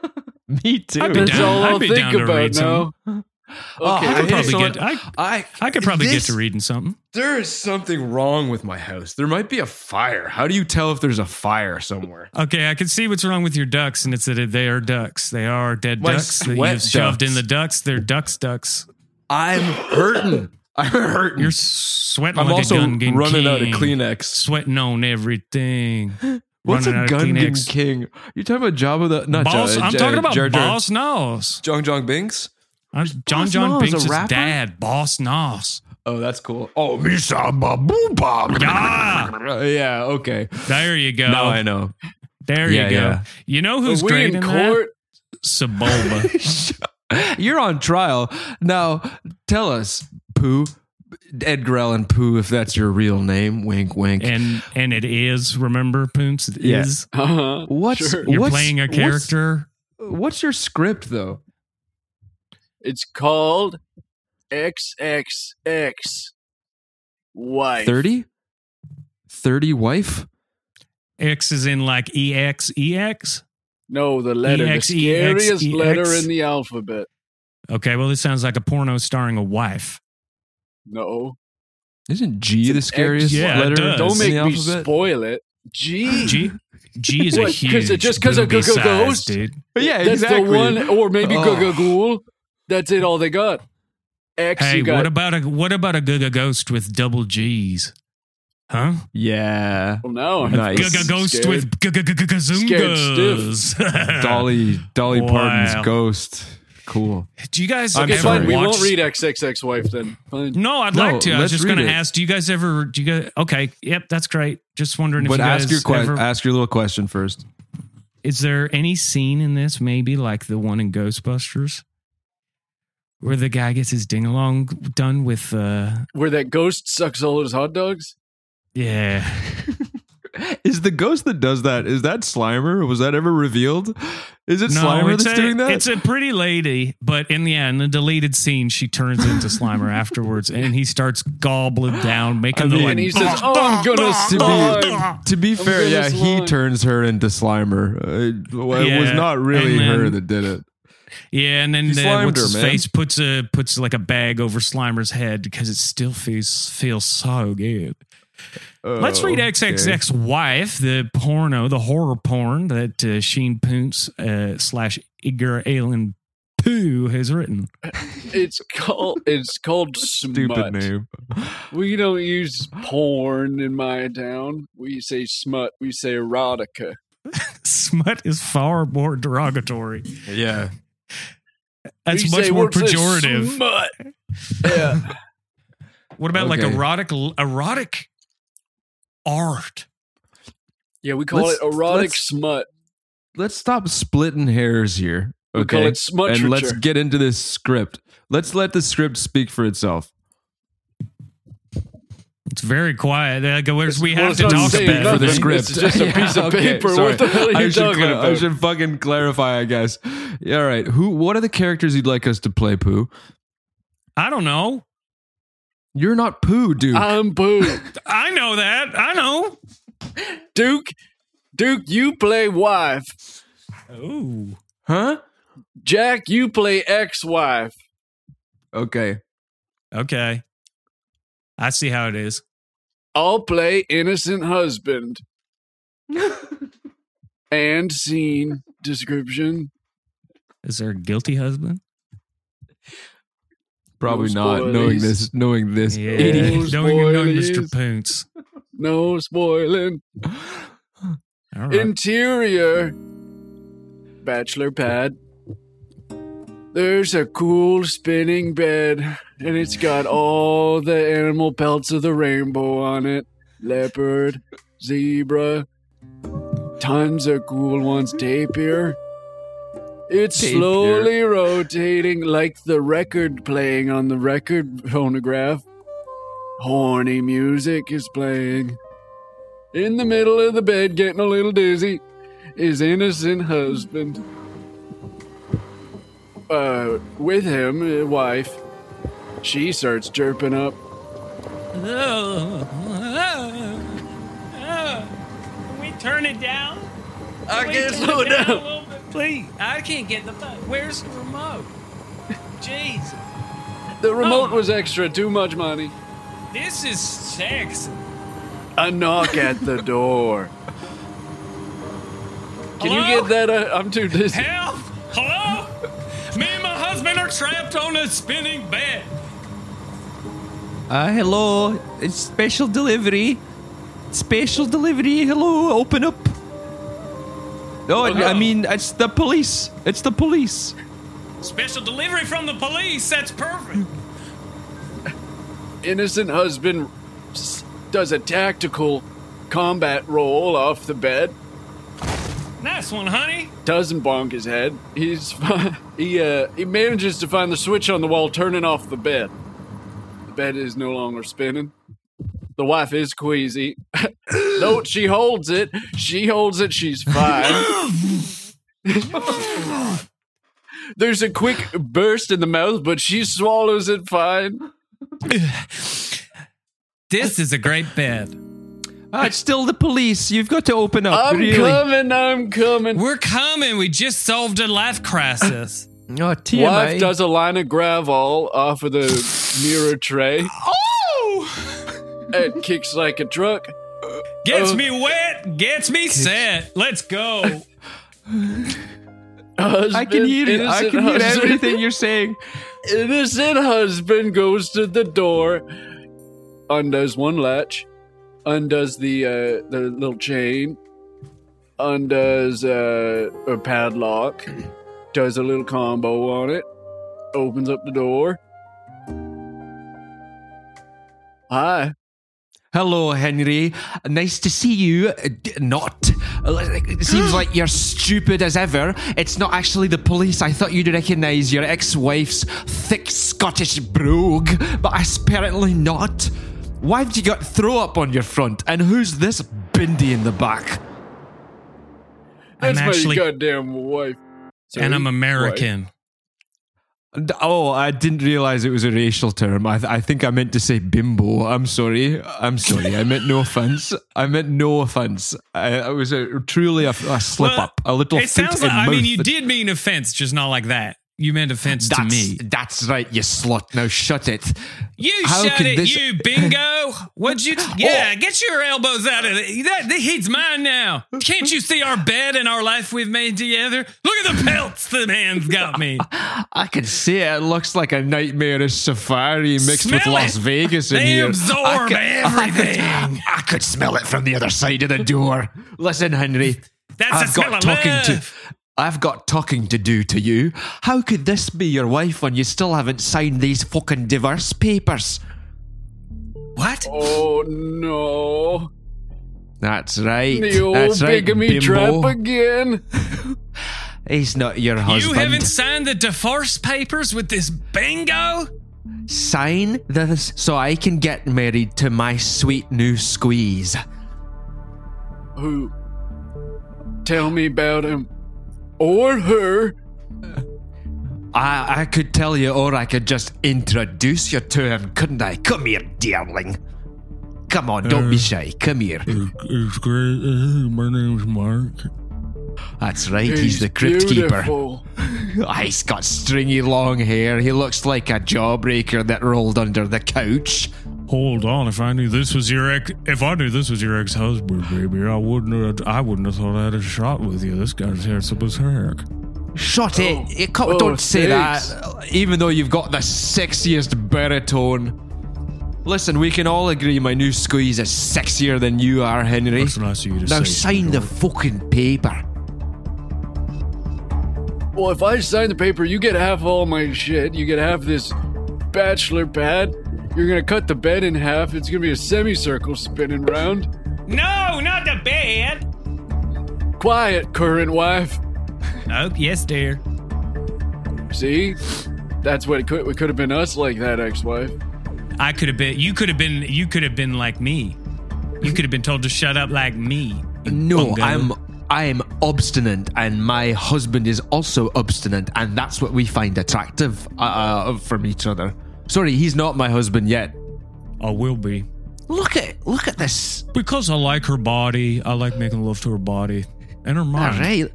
Speaker 1: Me too.
Speaker 3: I'd be
Speaker 4: That's
Speaker 3: down-
Speaker 4: all
Speaker 3: I'd
Speaker 4: I'll
Speaker 3: be down
Speaker 4: think
Speaker 3: to
Speaker 4: about
Speaker 3: read some.
Speaker 4: now.
Speaker 1: Oh,
Speaker 4: Okay,
Speaker 1: I
Speaker 3: I could
Speaker 1: hate
Speaker 3: probably
Speaker 1: someone-
Speaker 3: get. I,
Speaker 1: I
Speaker 3: I could probably
Speaker 1: this-
Speaker 3: get to reading something.
Speaker 1: There is something wrong with my house. There might be a fire. How do you tell if there's a fire somewhere?
Speaker 3: Okay, I can see what's wrong with your ducks, and it's that they are ducks. They are dead
Speaker 1: My
Speaker 3: ducks that
Speaker 1: sweat
Speaker 3: you've shoved
Speaker 1: ducks.
Speaker 3: in the ducks. They're ducks, ducks.
Speaker 1: I'm hurting. I'm hurting.
Speaker 3: You're sweating
Speaker 1: Mm. I'm
Speaker 3: like
Speaker 1: also
Speaker 3: a gun gun
Speaker 1: running out of
Speaker 3: king.
Speaker 1: Kleenex.
Speaker 3: Sweating on everything.
Speaker 1: What's
Speaker 3: running
Speaker 1: a
Speaker 3: out of
Speaker 1: Gungan
Speaker 3: Kleenex.
Speaker 1: King? You talking about Jabba the not
Speaker 3: Boss,
Speaker 1: Jabba,
Speaker 3: I'm
Speaker 1: Jar-
Speaker 3: talking about
Speaker 1: Jar Jar-
Speaker 3: Boss Noss.
Speaker 1: Jong Jong Binks.
Speaker 3: I'm John
Speaker 1: Boss
Speaker 3: John
Speaker 1: Noss a
Speaker 3: Binks'
Speaker 1: rapper?
Speaker 3: dad, Boss Noss.
Speaker 1: Oh, that's cool. Oh, Misa Babu Bob.
Speaker 3: Ah,
Speaker 1: Yeah. Okay.
Speaker 3: there you go.
Speaker 1: Now I know.
Speaker 3: There
Speaker 1: Yeah,
Speaker 3: you go.
Speaker 1: yeah.
Speaker 3: You know
Speaker 4: Are
Speaker 3: who's
Speaker 4: we
Speaker 3: great
Speaker 4: in
Speaker 3: in
Speaker 4: court?
Speaker 3: that? Sebulba.
Speaker 1: You're on trial now. Tell us, Pooh, Ed Grell and Pooh, if that's your real name. Wink, wink.
Speaker 3: and and it is, remember, Poons? It
Speaker 1: Yeah.
Speaker 3: is.
Speaker 4: Uh-huh.
Speaker 1: what's
Speaker 4: Sure.
Speaker 3: You're
Speaker 1: what's-
Speaker 3: playing a
Speaker 1: what's-
Speaker 3: character.
Speaker 1: What's, your script though?
Speaker 4: It's called XXX Wife.
Speaker 1: Thirty. Thirty wife.
Speaker 3: X is in like E EX, EX.
Speaker 4: No, the letter,
Speaker 3: EX,
Speaker 4: the scariest
Speaker 3: EX.
Speaker 4: letter in the alphabet.
Speaker 3: Okay, well, this sounds like a porno starring a wife.
Speaker 4: No,
Speaker 1: Isn't G the scariest
Speaker 3: Yeah, it
Speaker 1: letter
Speaker 3: does.
Speaker 1: in
Speaker 4: don't make
Speaker 1: the
Speaker 4: me
Speaker 1: alphabet?
Speaker 4: spoil it. G.
Speaker 3: G G is a
Speaker 4: What, 'cause it-
Speaker 3: huge
Speaker 4: just 'cause of
Speaker 3: booby
Speaker 4: go- go-
Speaker 3: size,
Speaker 4: goes?
Speaker 3: dude.
Speaker 1: yeah,
Speaker 4: That's the one, or maybe
Speaker 1: Oh.
Speaker 4: Guggagool. That's it. All they got. X.
Speaker 3: Hey,
Speaker 4: you got.
Speaker 3: what about a what about a Guga Ghost with double G's? Huh?
Speaker 1: Yeah.
Speaker 4: well, now I'm
Speaker 1: Nice.
Speaker 3: Guga Ghost
Speaker 4: Scared.
Speaker 3: with Guga Guga Zungas.
Speaker 1: Dolly Dolly
Speaker 3: Wow.
Speaker 1: Parton's ghost. Cool.
Speaker 3: Do you guys
Speaker 1: I'm
Speaker 4: Okay,
Speaker 3: ever
Speaker 1: sorry.
Speaker 4: fine. We
Speaker 3: watch?
Speaker 4: won't read XXX wife then. Fine.
Speaker 3: no, I'd
Speaker 1: No,
Speaker 3: like to. I was
Speaker 1: let's
Speaker 3: just
Speaker 1: read
Speaker 3: going
Speaker 1: it.
Speaker 3: to ask. Do you guys ever? Do you guys? Okay, yep, that's great. Just wondering if
Speaker 1: But
Speaker 3: you
Speaker 1: ask
Speaker 3: guys
Speaker 1: your question.
Speaker 3: ever-
Speaker 1: ask your little question first.
Speaker 3: Is there any scene in this, maybe like the one in Ghostbusters, where the guy gets his ding along done with? uh
Speaker 4: Where that ghost sucks all his hot dogs.
Speaker 3: Yeah,
Speaker 1: Is the ghost that does that? Is that Slimer? Was that ever revealed? Is it Slimer
Speaker 3: it's
Speaker 1: that's
Speaker 3: a,
Speaker 1: doing that?
Speaker 3: It's a pretty lady, but in the end, the deleted scene, she turns into Slimer afterwards, and he starts gobbling down, making
Speaker 1: I
Speaker 3: the
Speaker 1: mean-
Speaker 3: like.
Speaker 4: And he says, "Oh, I'm gonna
Speaker 1: to
Speaker 4: slime."
Speaker 1: be, to be fair,
Speaker 4: gonna
Speaker 1: Oh, yeah, he
Speaker 4: slime.
Speaker 1: turns her into Slimer. Uh, It, well, it was
Speaker 3: Yeah,
Speaker 1: not really
Speaker 3: and then-
Speaker 1: her that did it.
Speaker 3: Yeah, and then
Speaker 1: He
Speaker 3: the,
Speaker 1: slimed
Speaker 3: what's
Speaker 1: her,
Speaker 3: his
Speaker 1: man.
Speaker 3: face puts a puts like a bag over Slimer's head because it still feels feels so good. Let's
Speaker 1: Oh,
Speaker 3: read
Speaker 1: okay.
Speaker 3: XXX wife, the porno, the horror porn that uh, Sheen Poontz uh, slash Edgar Allen Pooh has written.
Speaker 4: It's called. It's called
Speaker 1: Stupid
Speaker 4: smut.
Speaker 1: name.
Speaker 4: We don't use porn in my town. We say smut. We say erotica.
Speaker 3: Smut is far more derogatory.
Speaker 1: Yeah.
Speaker 3: That's
Speaker 4: we
Speaker 3: much
Speaker 4: say-
Speaker 3: more
Speaker 4: we say
Speaker 3: pejorative.
Speaker 4: Smut. Yeah.
Speaker 3: What about like
Speaker 1: Okay.
Speaker 3: erotic erotic art?
Speaker 4: Yeah, we call
Speaker 1: Let's-
Speaker 4: it erotic
Speaker 1: let's-
Speaker 4: smut.
Speaker 1: Let's stop splitting hairs here.
Speaker 4: We
Speaker 1: Okay.
Speaker 4: call it smut.
Speaker 1: and let's get into this script. Let's let the script speak for itself.
Speaker 3: It's very quiet. Like, where's, we have to
Speaker 4: Well, it's not
Speaker 3: talk
Speaker 4: saying
Speaker 3: about
Speaker 1: for the
Speaker 4: nothing.
Speaker 1: script.
Speaker 4: It's just a
Speaker 1: Yeah,
Speaker 4: piece of
Speaker 1: okay,
Speaker 4: paper.
Speaker 1: sorry.
Speaker 4: What the hell are you
Speaker 1: I should,
Speaker 4: talking
Speaker 1: cla- I
Speaker 4: about?
Speaker 1: should fucking clarify, I guess. Yeah, All right. Who? What are the characters you'd like us to play, Pooh?
Speaker 3: I don't know.
Speaker 1: You're not Pooh, dude.
Speaker 4: I'm Boo.
Speaker 3: I know that. I know.
Speaker 4: Duke, Duke, you play wife.
Speaker 3: Oh,
Speaker 1: huh?
Speaker 4: Jack, you play ex-wife.
Speaker 1: Okay.
Speaker 3: okay. I see how it is.
Speaker 4: I'll play innocent husband. and scene description.
Speaker 3: Is there a guilty husband?
Speaker 1: Probably
Speaker 4: No
Speaker 1: not.
Speaker 4: spoilies.
Speaker 1: Knowing this, knowing this idiot.
Speaker 4: Those
Speaker 3: Don't even know
Speaker 4: boys.
Speaker 3: Mr. Poontz.
Speaker 4: No spoiling.
Speaker 3: All right.
Speaker 4: Interior. Bachelor pad. There's a cool spinning bed, and it's got all the animal pelts of the rainbow on it leopard, zebra, tons of cool ones, tapir. It's
Speaker 1: Tapir.
Speaker 4: slowly rotating like the record playing on the record phonograph. Horny music is playing. In the middle of the bed, getting a little dizzy, is innocent husband. Uh, with him, uh, wife. She starts chirping up.
Speaker 2: Can we turn it down? I
Speaker 5: guess
Speaker 2: turn it
Speaker 5: so,
Speaker 2: down a little bit, please. I can't get the phone. Where's the remote? Jeez,
Speaker 4: The remote
Speaker 2: Oh.
Speaker 4: was extra, too much money.
Speaker 2: this is sexy.
Speaker 4: A knock at the door. Can you get that? Uh, I'm too dizzy.
Speaker 2: Help! Hello? Me and my husband are trapped on a spinning bed.
Speaker 1: Uh, hello. It's special delivery. Special delivery. Hello. Open up. No,
Speaker 4: Uh-huh.
Speaker 1: I, I mean it's the police. It's the police.
Speaker 2: Special delivery from the police. That's perfect.
Speaker 4: Innocent husband s- does a tactical combat roll off the bed.
Speaker 2: Nice one, honey.
Speaker 4: Doesn't bonk his head. He's fi- he uh, he manages to find the switch on the wall, turning off the bed. The bed is no longer spinning. The wife is queasy. no, she holds it. She holds it. She's fine. There's a quick burst in the mouth, but she swallows it fine.
Speaker 3: This is a great bed.
Speaker 1: Ah, it's still the police. You've got to open up.
Speaker 4: I'm
Speaker 1: really.
Speaker 4: coming. I'm coming.
Speaker 3: We're coming. We just solved a life crisis.
Speaker 1: Oh, TMI.
Speaker 4: Wife does a line of gravel off of the mirror tray
Speaker 3: oh!
Speaker 4: and kicks like a truck.
Speaker 3: Gets
Speaker 4: Oh.
Speaker 3: me wet. Gets me set. Let's go.
Speaker 1: I can
Speaker 4: Husband-
Speaker 1: hear it. I
Speaker 4: innocent
Speaker 1: can hear
Speaker 4: husband-
Speaker 1: everything you're saying.
Speaker 4: Innocent husband goes to the door, undoes one latch, undoes the uh, the little chain, undoes uh, a padlock, does a little combo on it, opens up the door. Hi.
Speaker 1: Hello, Henry. Nice to see you. Uh, d- Not. Uh, It seems like you're stupid as ever. It's not actually the police. I thought you'd recognize your ex wife's thick Scottish brogue, but apparently not. Why've you got throw up on your front? And who's this bindy in the back?
Speaker 3: I'm
Speaker 4: That's my
Speaker 3: actually-
Speaker 4: goddamn wife.
Speaker 3: and I'm
Speaker 4: Sorry,
Speaker 3: American.
Speaker 1: And- Oh, I didn't realize it was a racial term. I, th- I think I meant to say bimbo. I'm sorry. I'm sorry. I meant no offense. I meant no offense. I, it was a, truly a, a slip
Speaker 3: Well,
Speaker 1: up, a little.
Speaker 3: It sounds
Speaker 1: foot
Speaker 3: like.
Speaker 1: and
Speaker 3: I mean,
Speaker 1: mouth.
Speaker 3: you did mean offense, just not like that. You meant offense to
Speaker 1: That's,
Speaker 3: me.
Speaker 1: that's right, you slut. Now shut it.
Speaker 2: You
Speaker 1: How
Speaker 2: shut
Speaker 1: could
Speaker 2: it,
Speaker 1: this- Oh.
Speaker 2: you bingo! What'd you? Yeah, get your elbows out of it. That, that he's mine now. Can't you see our bed and our life we've made together? Look at the pelts the man's got me.
Speaker 1: I can see it. It looks like a nightmarish safari mixed with
Speaker 2: Smell
Speaker 1: Las
Speaker 2: it.
Speaker 1: Vegas in
Speaker 2: They
Speaker 1: here.
Speaker 2: absorb
Speaker 1: I could- I could,
Speaker 2: everything.
Speaker 1: I could smell it from the other side of the door. Listen, Henry.
Speaker 2: That's the
Speaker 1: I've
Speaker 2: smell
Speaker 1: got
Speaker 2: of
Speaker 1: talking to.
Speaker 2: love.
Speaker 1: I've got talking to do to you. How could this be your wife when you still haven't signed these fucking divorce papers?
Speaker 3: What?
Speaker 4: Oh no!
Speaker 1: That's right.
Speaker 4: The old
Speaker 1: That's right,
Speaker 4: bigamy
Speaker 1: bimbo.
Speaker 4: trap again.
Speaker 1: He's not your husband.
Speaker 2: You haven't signed the divorce papers with this bingo.
Speaker 1: sign this so I can get married to my sweet new squeeze.
Speaker 4: Who? Tell me about him, or her,
Speaker 1: I, I could tell you, or I could just introduce you to him, couldn't I? Come here, darling. Come on, don't be shy. Come here.
Speaker 3: uh, It's great. My name's Mark.
Speaker 1: That's right, he's the crypt keeper.
Speaker 4: beautiful.
Speaker 1: Ah, he's got stringy long hair. He looks like a jawbreaker that rolled under the couch.
Speaker 3: Hold on. If I knew this was your ex, if I knew this was your ex-husband, baby, I wouldn't. Have, I wouldn't have thought I had a shot with you. This guy's hair's a berserk.
Speaker 1: Shut it.
Speaker 4: Oh.
Speaker 1: You can't-
Speaker 4: Oh,
Speaker 1: don't say
Speaker 4: thanks.
Speaker 1: that, even though you've got the sexiest baritone. Listen, we can all agree my new squeeze is sexier than you are, Henry.
Speaker 2: Eh?
Speaker 3: That's nice of you to
Speaker 1: Now
Speaker 3: say.
Speaker 1: sign the fucking paper.
Speaker 4: Well, if I sign the paper, you get half all my shit. You get half this bachelor pad. You're gonna cut the bed in half. It's gonna be a semicircle spinning round.
Speaker 2: No, not the bed.
Speaker 4: Quiet, current wife.
Speaker 2: Oh, yes, dear.
Speaker 4: See, that's what it could. It could have been us like that, ex-wife.
Speaker 2: I could have been. You could have been. You could have been like me. You could have been told to shut up like me. you
Speaker 1: No,
Speaker 2: bungo.
Speaker 1: I'm I'm obstinate, and my husband is also obstinate, and that's what we find attractive uh, uh, from each other. Sorry, he's not my husband yet.
Speaker 3: I will be
Speaker 1: Look at look at this.
Speaker 3: because I like her body. I like making love to her body and her
Speaker 1: All
Speaker 3: mind.
Speaker 1: right,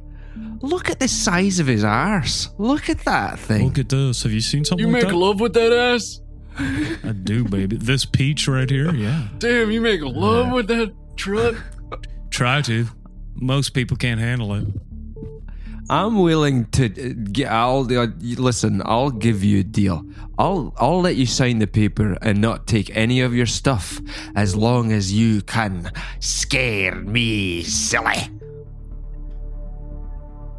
Speaker 1: look at the size of his arse. Look at that thing.
Speaker 3: Look at this. Have you seen something
Speaker 4: You
Speaker 3: like
Speaker 4: make
Speaker 3: that?
Speaker 4: love with that ass?
Speaker 3: I do, baby. This peach right here. Yeah.
Speaker 4: Damn, you make love with that truck?
Speaker 3: Try to. Most people can't handle it.
Speaker 1: I'm willing to uh, get. I'll uh, you- listen. I'll give you a deal. I'll I'll let you sign the paper and not take any of your stuff as long as you can scare me, silly.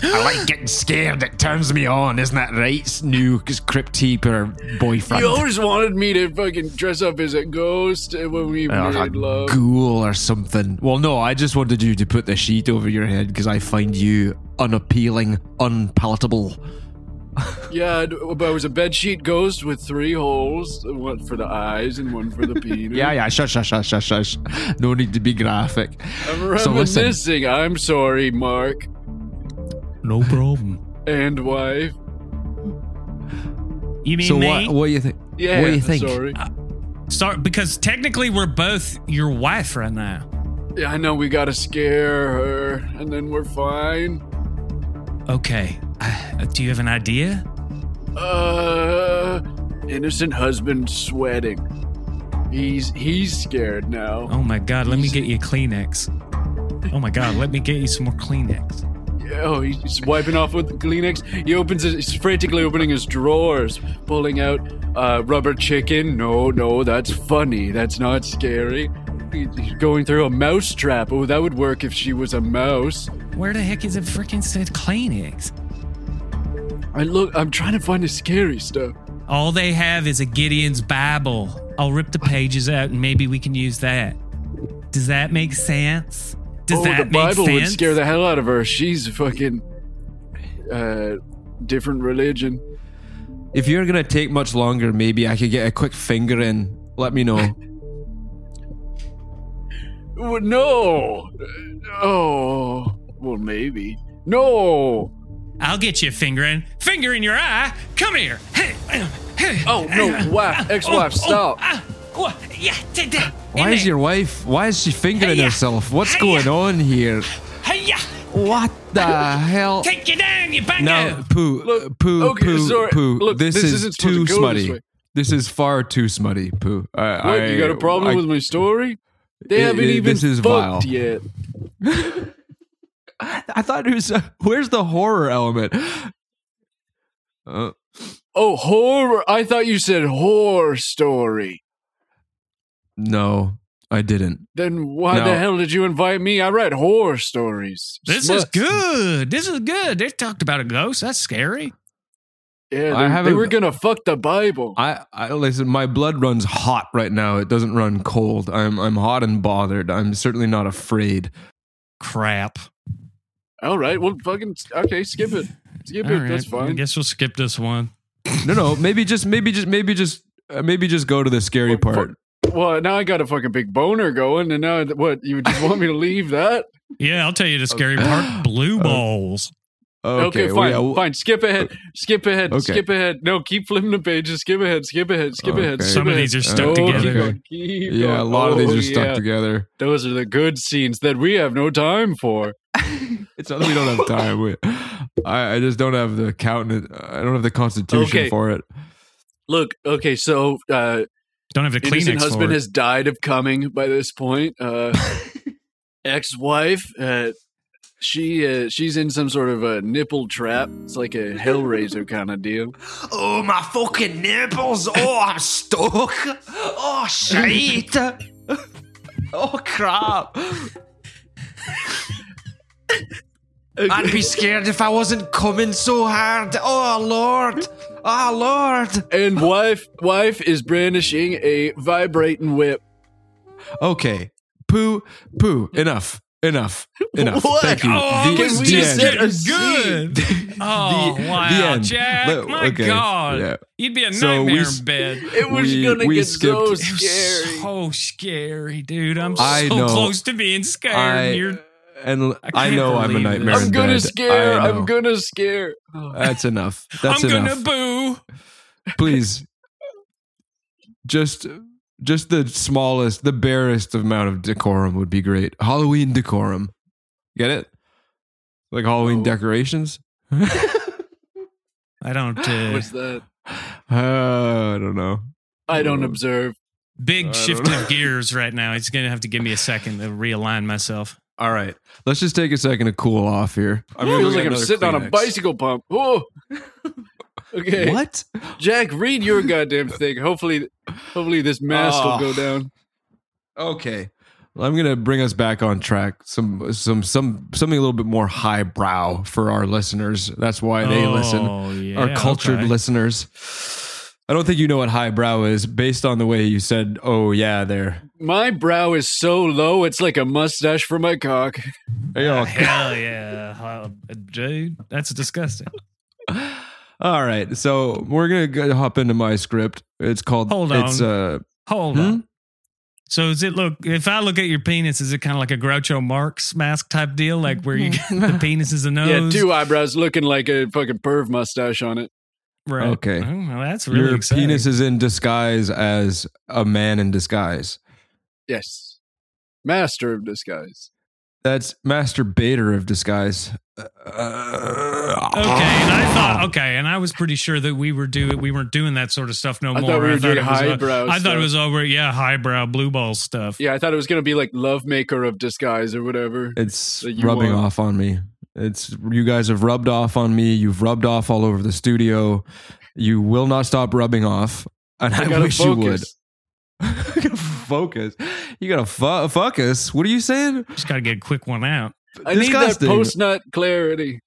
Speaker 1: I like getting scared. It turns me on, isn't that right? New crypt keeper boyfriend.
Speaker 4: You always wanted me to fucking dress up as a ghost when we
Speaker 1: Or Uh, a
Speaker 4: made love.
Speaker 1: ghoul or something. Well, no, I just wanted you to put the sheet over your head because I find you unappealing, unpalatable.
Speaker 4: Yeah, I'd- but it was a bedsheet ghost with three holes, one for the eyes and one for the penis.
Speaker 1: Yeah, yeah, shush, shush, shush, shush, shush. No need to be graphic.
Speaker 4: I'm
Speaker 1: So listen.
Speaker 4: reminiscing. I'm sorry, Mark
Speaker 3: No problem.
Speaker 4: and wife.
Speaker 2: You mean
Speaker 1: so
Speaker 2: me?
Speaker 1: what? What do you think?
Speaker 4: Yeah,
Speaker 1: what do you think?
Speaker 4: sorry.
Speaker 2: Sorry, because technically we're both your wife right now.
Speaker 4: Yeah, I know we gotta scare her, and then we're fine.
Speaker 2: Okay. Uh, do you have an idea?
Speaker 4: Uh, innocent husband sweating. He's he's scared now.
Speaker 2: Oh my God, let me get you a Kleenex. Oh my God, let me get you some more Kleenex.
Speaker 4: Oh, he's wiping off with Kleenex. He opens his, he's frantically opening his drawers, pulling out uh, rubber chicken. No, no, that's funny. That's not scary. He- He's going through a mouse trap. Oh, that would work if she was a mouse.
Speaker 2: Where the heck is it freaking said Kleenex?
Speaker 4: I look. I'm trying to find the scary stuff.
Speaker 2: All they have is a Gideon's Bible. I'll rip the pages out and maybe we can use that. Does that make sense? Does
Speaker 4: oh,
Speaker 2: that
Speaker 4: the
Speaker 2: make
Speaker 4: Bible
Speaker 2: sense?
Speaker 4: would scare the hell out of her. She's a fucking uh, different religion.
Speaker 1: If you're gonna take much longer, maybe I could get a quick finger in. Let me know.
Speaker 4: Well, No. Oh. Well, maybe. No.
Speaker 2: I'll get you a finger in. Finger in your eye. Come here. Hey, um, hey. uh,
Speaker 4: Oh no, wife, ex-wife,
Speaker 2: Oh,
Speaker 4: stop.
Speaker 2: Oh, ah, what? Yeah, take that.
Speaker 1: Why
Speaker 2: In
Speaker 1: is
Speaker 2: there.
Speaker 1: your wife? Why is she fingering
Speaker 2: Hey-ya.
Speaker 1: herself? What's
Speaker 2: Hey-ya.
Speaker 1: going on here?
Speaker 2: Hey, yeah.
Speaker 1: What the hell?
Speaker 2: Take you down, you bango.
Speaker 1: No, poo,
Speaker 4: Look,
Speaker 1: poo,
Speaker 4: okay,
Speaker 1: poo,
Speaker 4: sorry.
Speaker 1: poo.
Speaker 4: Look,
Speaker 1: this,
Speaker 4: this
Speaker 1: is
Speaker 4: isn't supposed
Speaker 1: too
Speaker 4: to go this
Speaker 1: smutty. This,
Speaker 4: way.
Speaker 1: is far too smutty, poo. I,
Speaker 4: What, you
Speaker 1: I-
Speaker 4: got a problem
Speaker 1: I-
Speaker 4: with my story? They
Speaker 1: It-
Speaker 4: haven't
Speaker 1: it-
Speaker 4: even
Speaker 1: this is vile.
Speaker 4: fucked yet.
Speaker 1: I thought it was. uh, where's the horror element? Uh,
Speaker 4: Oh, horror! I thought you said horror story.
Speaker 1: no, I didn't.
Speaker 4: Then why
Speaker 1: No.
Speaker 4: the hell did you invite me? I write horror stories.
Speaker 2: This
Speaker 4: Smut-
Speaker 2: is good. This is good. They talked about a ghost. That's scary.
Speaker 4: Yeah,
Speaker 1: I
Speaker 4: they, they
Speaker 1: haven't-
Speaker 4: were gonna fuck the Bible.
Speaker 1: I, I listen. My blood runs hot right now. It doesn't run cold. I'm I'm hot and bothered. I'm certainly not afraid.
Speaker 3: Crap.
Speaker 4: All right, well, fucking okay, skip it. Skip it.
Speaker 3: All
Speaker 4: That's
Speaker 3: right, I
Speaker 4: fine.
Speaker 3: guess we'll skip this one.
Speaker 1: No, no. Maybe just maybe just maybe just uh, maybe just go to the scary
Speaker 4: Fuck,
Speaker 1: part.
Speaker 4: Well, now I got a fucking big boner going, and now what? You just want me to leave that?
Speaker 3: Yeah, I'll tell you the scary part. Blue balls.
Speaker 4: Okay,
Speaker 1: well,
Speaker 4: fine,
Speaker 1: yeah, well-
Speaker 4: fine. Skip ahead, skip ahead,
Speaker 1: Okay.
Speaker 4: skip ahead. No, keep flipping the pages. Skip ahead, skip ahead, skip ahead.
Speaker 1: Okay.
Speaker 4: skip
Speaker 3: Some of
Speaker 4: ahead.
Speaker 3: these are stuck
Speaker 4: Oh, keep
Speaker 3: together.
Speaker 4: going, keep
Speaker 1: Yeah, a
Speaker 4: going.
Speaker 1: lot of these
Speaker 4: Oh,
Speaker 1: are stuck
Speaker 4: yeah.
Speaker 1: together.
Speaker 4: Those are the good scenes that we have no time for.
Speaker 1: It's not that we don't have time. We, I, I just don't have the count. I don't have the constitution
Speaker 4: Okay.
Speaker 1: for it.
Speaker 4: Look, okay, so uh,
Speaker 3: Don't have to clean
Speaker 4: innocent
Speaker 3: it.
Speaker 4: husband has died of coming by this point. Uh, ex-wife, uh, she uh, she's in some sort of a nipple trap. It's like a Hellraiser kind of deal.
Speaker 6: Oh, my fucking nipples. Oh, I'm stuck. Oh, shit. Oh, crap. I'd be scared if I wasn't coming so hard. Oh, Lord. Oh, Lord.
Speaker 4: And wife wife is brandishing a vibrating whip.
Speaker 1: Okay, poo, poo. Enough, enough, enough.
Speaker 4: What?
Speaker 1: Thank you.
Speaker 2: Oh, I
Speaker 1: The-
Speaker 2: was
Speaker 1: the
Speaker 2: just
Speaker 1: end.
Speaker 2: getting
Speaker 4: The
Speaker 2: good. Oh,
Speaker 1: the
Speaker 2: wow,
Speaker 1: end.
Speaker 2: Jack.
Speaker 1: Look,
Speaker 2: my
Speaker 1: okay,
Speaker 2: God.
Speaker 1: yeah.
Speaker 2: You'd be a
Speaker 1: So we
Speaker 2: nightmare
Speaker 1: s-
Speaker 2: in bed.
Speaker 4: It was
Speaker 1: We-
Speaker 4: gonna
Speaker 1: we
Speaker 4: get so
Speaker 1: skipped-
Speaker 2: It
Speaker 4: scary.
Speaker 2: was so scary, dude. I'm
Speaker 1: I
Speaker 2: so
Speaker 1: know.
Speaker 2: close to being scared.
Speaker 1: I-
Speaker 2: You're
Speaker 1: And l- I,
Speaker 2: can't
Speaker 1: know I'm a
Speaker 2: believe
Speaker 1: nightmare.
Speaker 2: this.
Speaker 1: in
Speaker 4: I'm gonna
Speaker 1: bed.
Speaker 4: scare.
Speaker 1: I know.
Speaker 4: I'm gonna scare.
Speaker 1: That's enough. That's
Speaker 2: I'm
Speaker 1: enough.
Speaker 2: gonna boo.
Speaker 1: Please, just, just the smallest, the barest amount of decorum would be great. Halloween decorum. Get it? Like Halloween
Speaker 4: Oh.
Speaker 1: decorations.
Speaker 3: I don't. Uh,
Speaker 4: What's that?
Speaker 1: Uh, I don't know.
Speaker 4: I don't
Speaker 1: Oh.
Speaker 4: observe.
Speaker 1: I
Speaker 3: big
Speaker 1: don't
Speaker 3: shift
Speaker 1: know.
Speaker 3: of gears right now. It's gonna have to give me a second to realign myself.
Speaker 1: All right, let's just take a second to cool off here. I'm gonna go
Speaker 4: Feels
Speaker 1: get
Speaker 4: like I'm
Speaker 1: another
Speaker 4: sitting on a
Speaker 1: Kleenex.
Speaker 4: bicycle pump. Oh. Okay.
Speaker 1: What?
Speaker 4: Jack, read your goddamn thing. Hopefully, hopefully this mask
Speaker 1: Oh.
Speaker 4: will go down.
Speaker 1: Okay. Well, I'm gonna bring us back on track. Some some some something a little bit more highbrow for our listeners. That's why they listen.
Speaker 3: Oh, yeah,
Speaker 1: our cultured
Speaker 3: okay.
Speaker 1: listeners. I don't think you know what highbrow is based on the way you said, oh yeah, there.
Speaker 4: My brow is so low, it's like a mustache for my cock.
Speaker 1: Hey, y'all.
Speaker 3: Hell yeah, Uh, dude, that's disgusting.
Speaker 1: All right. So we're gonna go hop into my script. It's called
Speaker 3: Hold
Speaker 1: it's
Speaker 3: on.
Speaker 1: uh
Speaker 3: Hold
Speaker 1: Hmm?
Speaker 3: on. So is it look? If I look at your penis, is it kind of like a Groucho Marx mask type deal, like where you get the penis is a
Speaker 4: Yeah,
Speaker 3: nose?
Speaker 4: two eyebrows looking like a fucking perv mustache on it.
Speaker 3: Right.
Speaker 1: Okay.
Speaker 3: Oh, well, that's really
Speaker 1: your
Speaker 3: exciting.
Speaker 1: penis is in disguise as a man in disguise.
Speaker 4: Yes. Master of disguise.
Speaker 1: That's masturbator of disguise. Uh,
Speaker 3: Okay, and I
Speaker 1: Ah.
Speaker 3: thought okay, and I was pretty sure that we were do we weren't doing that sort of stuff no
Speaker 4: I
Speaker 3: more.
Speaker 4: thought we were doing
Speaker 3: it was, uh,
Speaker 4: highbrow.
Speaker 3: I thought
Speaker 4: stuff.
Speaker 3: it was over. Yeah, highbrow blue ball stuff.
Speaker 4: Yeah, I thought it was gonna be like love maker of disguise or whatever.
Speaker 1: It's
Speaker 4: that you
Speaker 1: rubbing
Speaker 4: want.
Speaker 1: off on me. It's you guys have rubbed off on me. You've rubbed off all over the studio. You will not stop rubbing off, and I,
Speaker 4: gotta
Speaker 1: wish
Speaker 4: focus.
Speaker 1: you would. I gotta focus. You gotta fu- focus. What are you saying?
Speaker 3: Just gotta get a quick one out.
Speaker 4: I need that
Speaker 1: Disgusting.
Speaker 4: post nut clarity.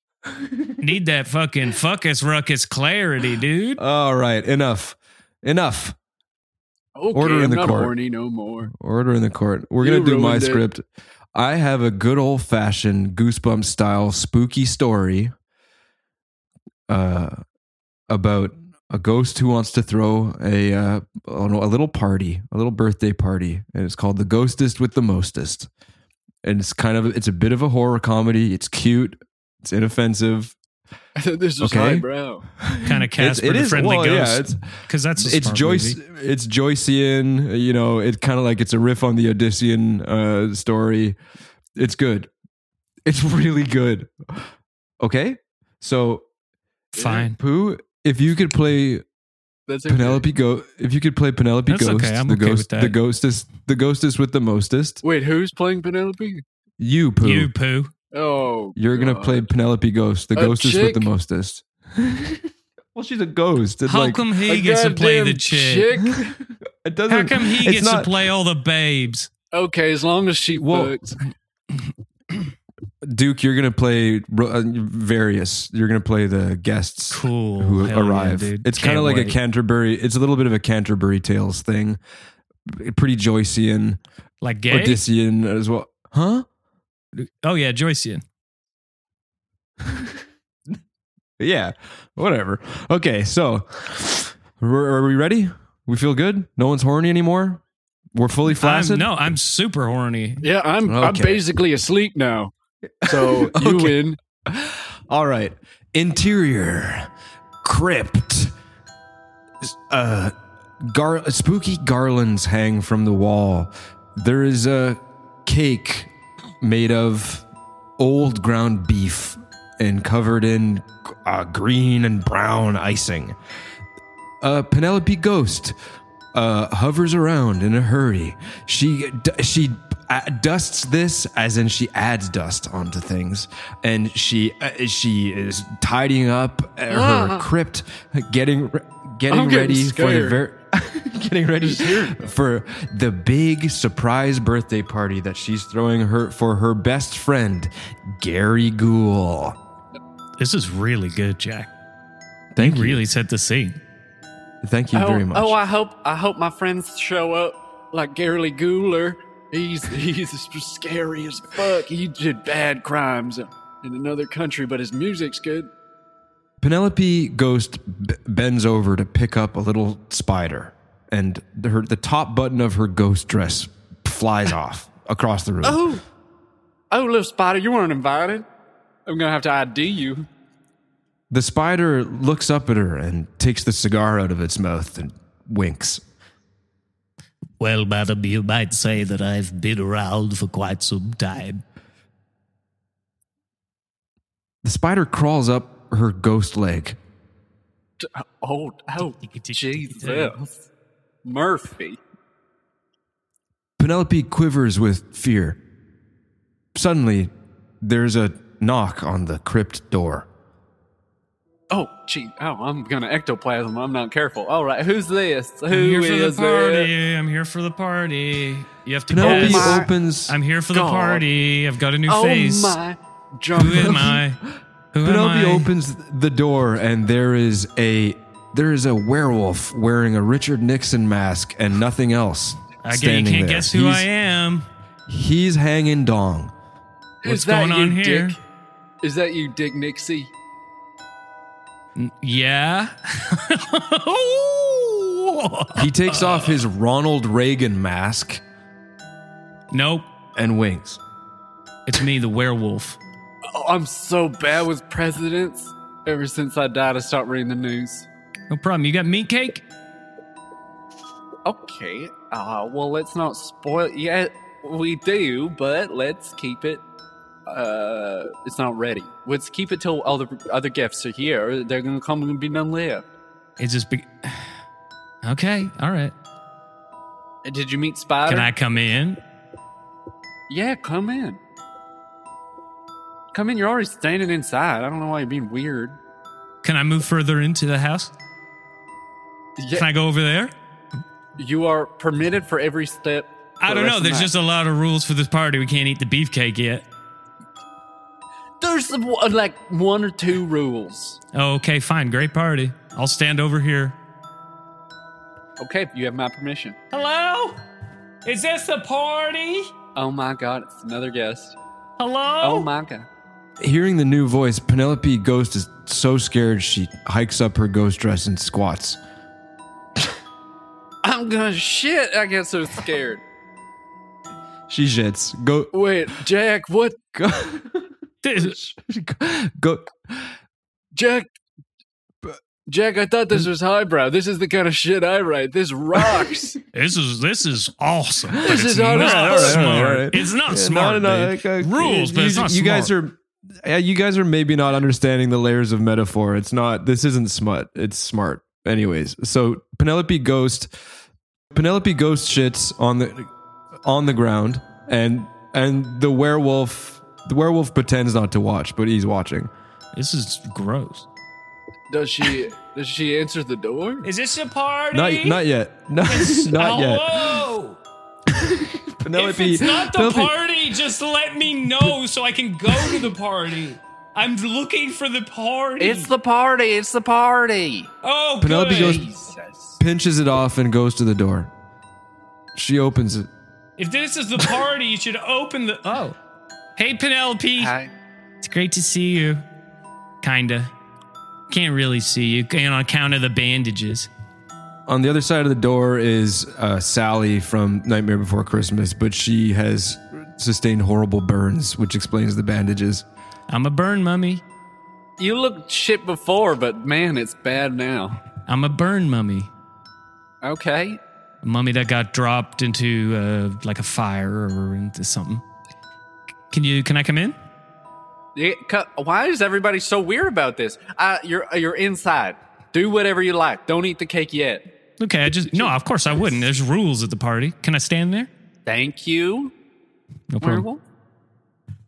Speaker 3: Need that fucking fuckus ruckus clarity, dude.
Speaker 1: All right, enough, enough.
Speaker 4: Okay,
Speaker 1: Order in
Speaker 4: I'm
Speaker 1: the
Speaker 4: not
Speaker 1: court.
Speaker 4: horny no more.
Speaker 1: Order in the court. We're
Speaker 4: You
Speaker 1: gonna do my
Speaker 4: ruined it.
Speaker 1: script. I have a good old fashioned goosebump style spooky story uh, about a ghost who wants to throw a uh, oh no, a little party, a little birthday party, and it's called "The Ghostest with the Mostest." And it's kind of it's a bit of a horror comedy. It's cute. It's inoffensive.
Speaker 4: I thought this was
Speaker 1: Okay.
Speaker 4: highbrow.
Speaker 3: Kind of
Speaker 1: It's-
Speaker 3: Casper the friendly
Speaker 1: well, yeah,
Speaker 3: ghost.
Speaker 1: it's-
Speaker 3: Because that's a
Speaker 1: it's
Speaker 3: smart
Speaker 1: Joyce.
Speaker 3: movie.
Speaker 1: It's Joycean. You know, it's kind of like it's a riff on the Odyssean uh, story. It's good. It's really good. Okay, so
Speaker 3: Fine.
Speaker 1: Pooh, if you could play
Speaker 4: That's okay.
Speaker 1: Penelope Go, if you could play Penelope
Speaker 3: That's
Speaker 1: Ghost,
Speaker 3: okay, I'm
Speaker 1: the
Speaker 3: okay
Speaker 1: ghost,
Speaker 3: with that.
Speaker 1: the ghostest, the ghostest with the mostest.
Speaker 4: Wait, who's playing Penelope?
Speaker 1: You Pooh,
Speaker 3: You poo.
Speaker 4: Oh,
Speaker 1: you, are gonna
Speaker 4: God.
Speaker 1: play Penelope Ghost, the
Speaker 4: A
Speaker 1: ghostest with the
Speaker 4: chick?
Speaker 1: mostest. well, she's a ghost. It's
Speaker 3: How
Speaker 1: like
Speaker 3: come
Speaker 4: A
Speaker 3: he gets to play the
Speaker 4: goddamn
Speaker 3: chick?
Speaker 4: chick?
Speaker 1: it doesn't.
Speaker 3: How come he
Speaker 1: it's
Speaker 3: gets
Speaker 1: not-
Speaker 3: to play all the babes?
Speaker 4: Okay, as long as she
Speaker 1: Well,
Speaker 4: books.
Speaker 1: Duke, you're gonna play ro- uh, various. You're gonna play the guests
Speaker 3: Cool.
Speaker 1: who
Speaker 3: Hell yeah,
Speaker 1: arrive.
Speaker 3: dude.
Speaker 1: it's kind of
Speaker 3: Can't
Speaker 1: like a
Speaker 3: wait.
Speaker 1: Canterbury. It's a little bit of a Canterbury Tales thing. Pretty Joycean,
Speaker 3: like gay.
Speaker 1: Odyssean as well, huh?
Speaker 3: oh yeah, Joycean.
Speaker 1: Yeah, whatever. Okay, so are are we ready? We feel good. No one's horny anymore. We're fully flaccid.
Speaker 3: I'm, no, I'm super horny.
Speaker 4: Yeah, I'm I'm
Speaker 1: Okay.
Speaker 4: basically asleep now. So you
Speaker 1: Okay.
Speaker 4: win.
Speaker 1: All right. Interior crypt. Uh, gar- spooky garlands hang from the wall. There is a cake made of old ground beef and covered in uh, green and brown icing. A Penelope ghost uh, hovers around in a hurry. She d- she uh, dusts this, as in she adds dust onto things, and she uh, she is tidying up uh, her crypt, getting re- getting
Speaker 4: Ah. I'm getting
Speaker 1: ready for the
Speaker 4: scared.
Speaker 1: very. getting ready for the big surprise birthday party that she's throwing her for her best friend Gary Ghoul.
Speaker 3: This is really good, Jack.
Speaker 1: Thank you.
Speaker 3: Really set the scene.
Speaker 1: Thank you
Speaker 4: oh,
Speaker 1: very much.
Speaker 4: Oh, I hope I hope my friends show up like Gary Guler. He's he's scary as fuck. He did bad crimes in another country, but his music's good.
Speaker 1: Penelope Ghost b- bends over to pick up a little spider, and the, her, the top button of her ghost dress flies off across the room.
Speaker 4: Oh, oh, little spider, you weren't invited. I'm gonna have to ID you.
Speaker 1: The spider looks up at her and takes the cigar out of its mouth and winks.
Speaker 3: Well, madam, you might say that I've been around for quite some time.
Speaker 1: The spider crawls up her ghost leg.
Speaker 4: Oh, oh, Jesus, Murphy.
Speaker 1: Penelope quivers with fear. Suddenly, there's a knock on the crypt door.
Speaker 4: Oh, gee, oh, I'm gonna ectoplasm. I'm not careful. All right, who's this? Who
Speaker 3: I'm here for the
Speaker 4: is
Speaker 3: party.
Speaker 4: it?
Speaker 3: I'm here for the party. You have to
Speaker 1: Penelope
Speaker 3: guess.
Speaker 4: my
Speaker 1: opens.
Speaker 3: I'm here for
Speaker 4: God.
Speaker 3: the party. I've got a new
Speaker 4: Oh
Speaker 3: face.
Speaker 4: my,
Speaker 3: Who
Speaker 4: jump
Speaker 3: am I? Who
Speaker 1: Penelope
Speaker 3: am I?
Speaker 1: opens the door and there is a there is a werewolf wearing a Richard Nixon mask and nothing else.
Speaker 3: I guess you
Speaker 1: standing
Speaker 3: can't
Speaker 1: there.
Speaker 3: guess who
Speaker 1: he's,
Speaker 3: I am.
Speaker 1: He's hanging dong.
Speaker 4: Is
Speaker 3: What's
Speaker 4: that
Speaker 3: going on
Speaker 4: you,
Speaker 3: here?
Speaker 4: Dick? Is that you, Dick Nixie?
Speaker 3: Yeah.
Speaker 1: He takes off his Ronald Reagan mask
Speaker 3: nope.
Speaker 1: and winks.
Speaker 3: It's me, the werewolf.
Speaker 4: Oh, I'm so bad with presidents. Ever since I died, I stopped reading the news.
Speaker 3: No problem. You got meat cake?
Speaker 4: Okay. Uh, well, let's not spoil. Yeah, we do, but let's keep it. Uh, it's not ready. Let's keep it till all the other gifts are here. They're gonna come and be none left.
Speaker 3: It's just be- Okay, all right.
Speaker 4: And Uh, Did you meet Spider?
Speaker 3: Can I come in?
Speaker 4: Yeah, come in. Come in. You're already standing inside. I don't know why you're being weird.
Speaker 3: Can I move further into the house?
Speaker 4: Yeah,
Speaker 3: Can I go over there?
Speaker 4: you are permitted for every step.
Speaker 3: I
Speaker 4: for the
Speaker 3: don't
Speaker 4: rest
Speaker 3: know.
Speaker 4: of
Speaker 3: There's
Speaker 4: the night.
Speaker 3: just a lot of rules for this party. We can't eat the beefcake yet.
Speaker 4: there's uh, like one or two rules.
Speaker 3: Oh, Okay, fine. Great party. I'll stand over here.
Speaker 4: Okay, you have my permission.
Speaker 2: Hello? Is this the party?
Speaker 4: Oh my god, it's another guest.
Speaker 2: Hello?
Speaker 4: Oh my god.
Speaker 1: Hearing the new voice, Penelope Ghost is so scared she hikes up her ghost dress and squats.
Speaker 4: I'm gonna shit. I get so scared.
Speaker 1: She shits. Go
Speaker 4: Wait, Jack, what?
Speaker 1: go
Speaker 3: This-
Speaker 1: go
Speaker 4: Jack. Jack, I thought this was highbrow. This is the kind of shit I write. This rocks.
Speaker 3: This is this is awesome. but it's
Speaker 4: This is awesome.
Speaker 3: not
Speaker 4: All right, all right,
Speaker 3: smart.
Speaker 1: all right.
Speaker 3: It's not
Speaker 1: Yeah,
Speaker 3: smart.
Speaker 1: no, no,
Speaker 3: dude.
Speaker 1: okay.
Speaker 3: Rules, but
Speaker 1: you,
Speaker 3: it's not
Speaker 1: you guys
Speaker 3: smart.
Speaker 1: are. Yeah, you guys are maybe not understanding the layers of metaphor. It's not. This isn't smut. It's smart. Anyways, so Penelope Ghost, Penelope Ghost shits on the on the ground, and and the werewolf, the werewolf pretends not to watch, but he's watching.
Speaker 3: This is gross.
Speaker 4: does she? Does she answer the door?
Speaker 2: Is this a party?
Speaker 1: Not not yet. No,
Speaker 3: Oh,
Speaker 1: not yet.
Speaker 2: Hello? If
Speaker 1: Penelope.
Speaker 2: it's not the
Speaker 1: Penelope-
Speaker 2: party, just let me know so I can go to the party. I'm looking for the party.
Speaker 5: It's the party. It's the party.
Speaker 2: oh,
Speaker 1: Penelope
Speaker 2: good.
Speaker 1: goes- pinches it off and goes to the door. She opens it.
Speaker 2: If this is the party, you should open the. Oh, hey Penelope.
Speaker 5: Hi.
Speaker 3: It's great to see you. Kinda. Can't really see you and on account of the bandages.
Speaker 1: on the other side of the door is uh, Sally from Nightmare Before Christmas, but she has sustained horrible burns, which explains the bandages.
Speaker 3: I'm a burn mummy.
Speaker 4: You looked shit before, but man, it's bad now.
Speaker 3: I'm a burn mummy.
Speaker 4: Okay.
Speaker 3: A mummy that got dropped into uh, like a fire or into something. Can you? Can I come in?
Speaker 4: Yeah, cu- Why is everybody so weird about this? Uh, you're you're inside. Do whatever you like. Don't eat the cake yet.
Speaker 3: Okay, I just no. Of course I wouldn't. There's rules at the party. Can I stand there?
Speaker 4: Thank you,
Speaker 3: No problem.
Speaker 4: werewolf.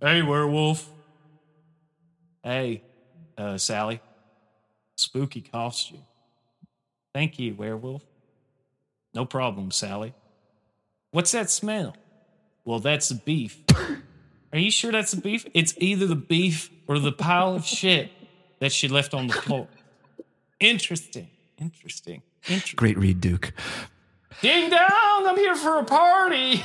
Speaker 7: Hey, werewolf. Hey, uh, Sally. Spooky costume. Thank you, werewolf. No problem, Sally. What's that smell? Well, that's the beef. Are you sure that's the beef? It's either the beef or the pile of shit that she left on the floor. Interesting. Interesting. Interesting.
Speaker 1: Great read, Duke.
Speaker 7: Ding dong! I'm here for a party.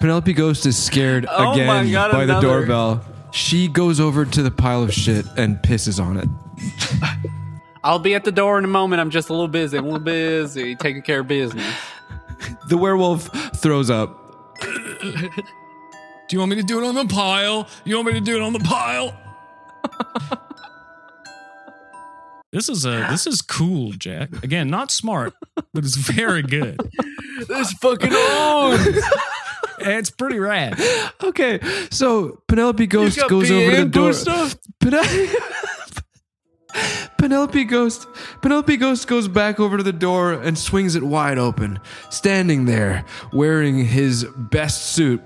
Speaker 1: Penelope Ghost is scared
Speaker 4: Oh
Speaker 1: again
Speaker 4: my God,
Speaker 1: by the
Speaker 4: another.
Speaker 1: doorbell. She goes over to the pile of shit and pisses on it.
Speaker 4: I'll be at the door in a moment. I'm just a little busy. I'm a little busy taking care of business.
Speaker 1: The werewolf throws up.
Speaker 2: Do you want me to do it on the pile? You want me to do it on the pile?
Speaker 3: This is a this is cool, Jack. Again, not smart, but it's very good.
Speaker 4: This fucking on.
Speaker 3: It's pretty rad.
Speaker 1: Okay, so Penelope Ghost
Speaker 4: got
Speaker 1: goes over to the
Speaker 4: PM
Speaker 1: door.
Speaker 4: stuff?
Speaker 1: Penel- Penelope Ghost Penelope Ghost goes back over to the door and swings it wide open. Standing there, wearing his best suit,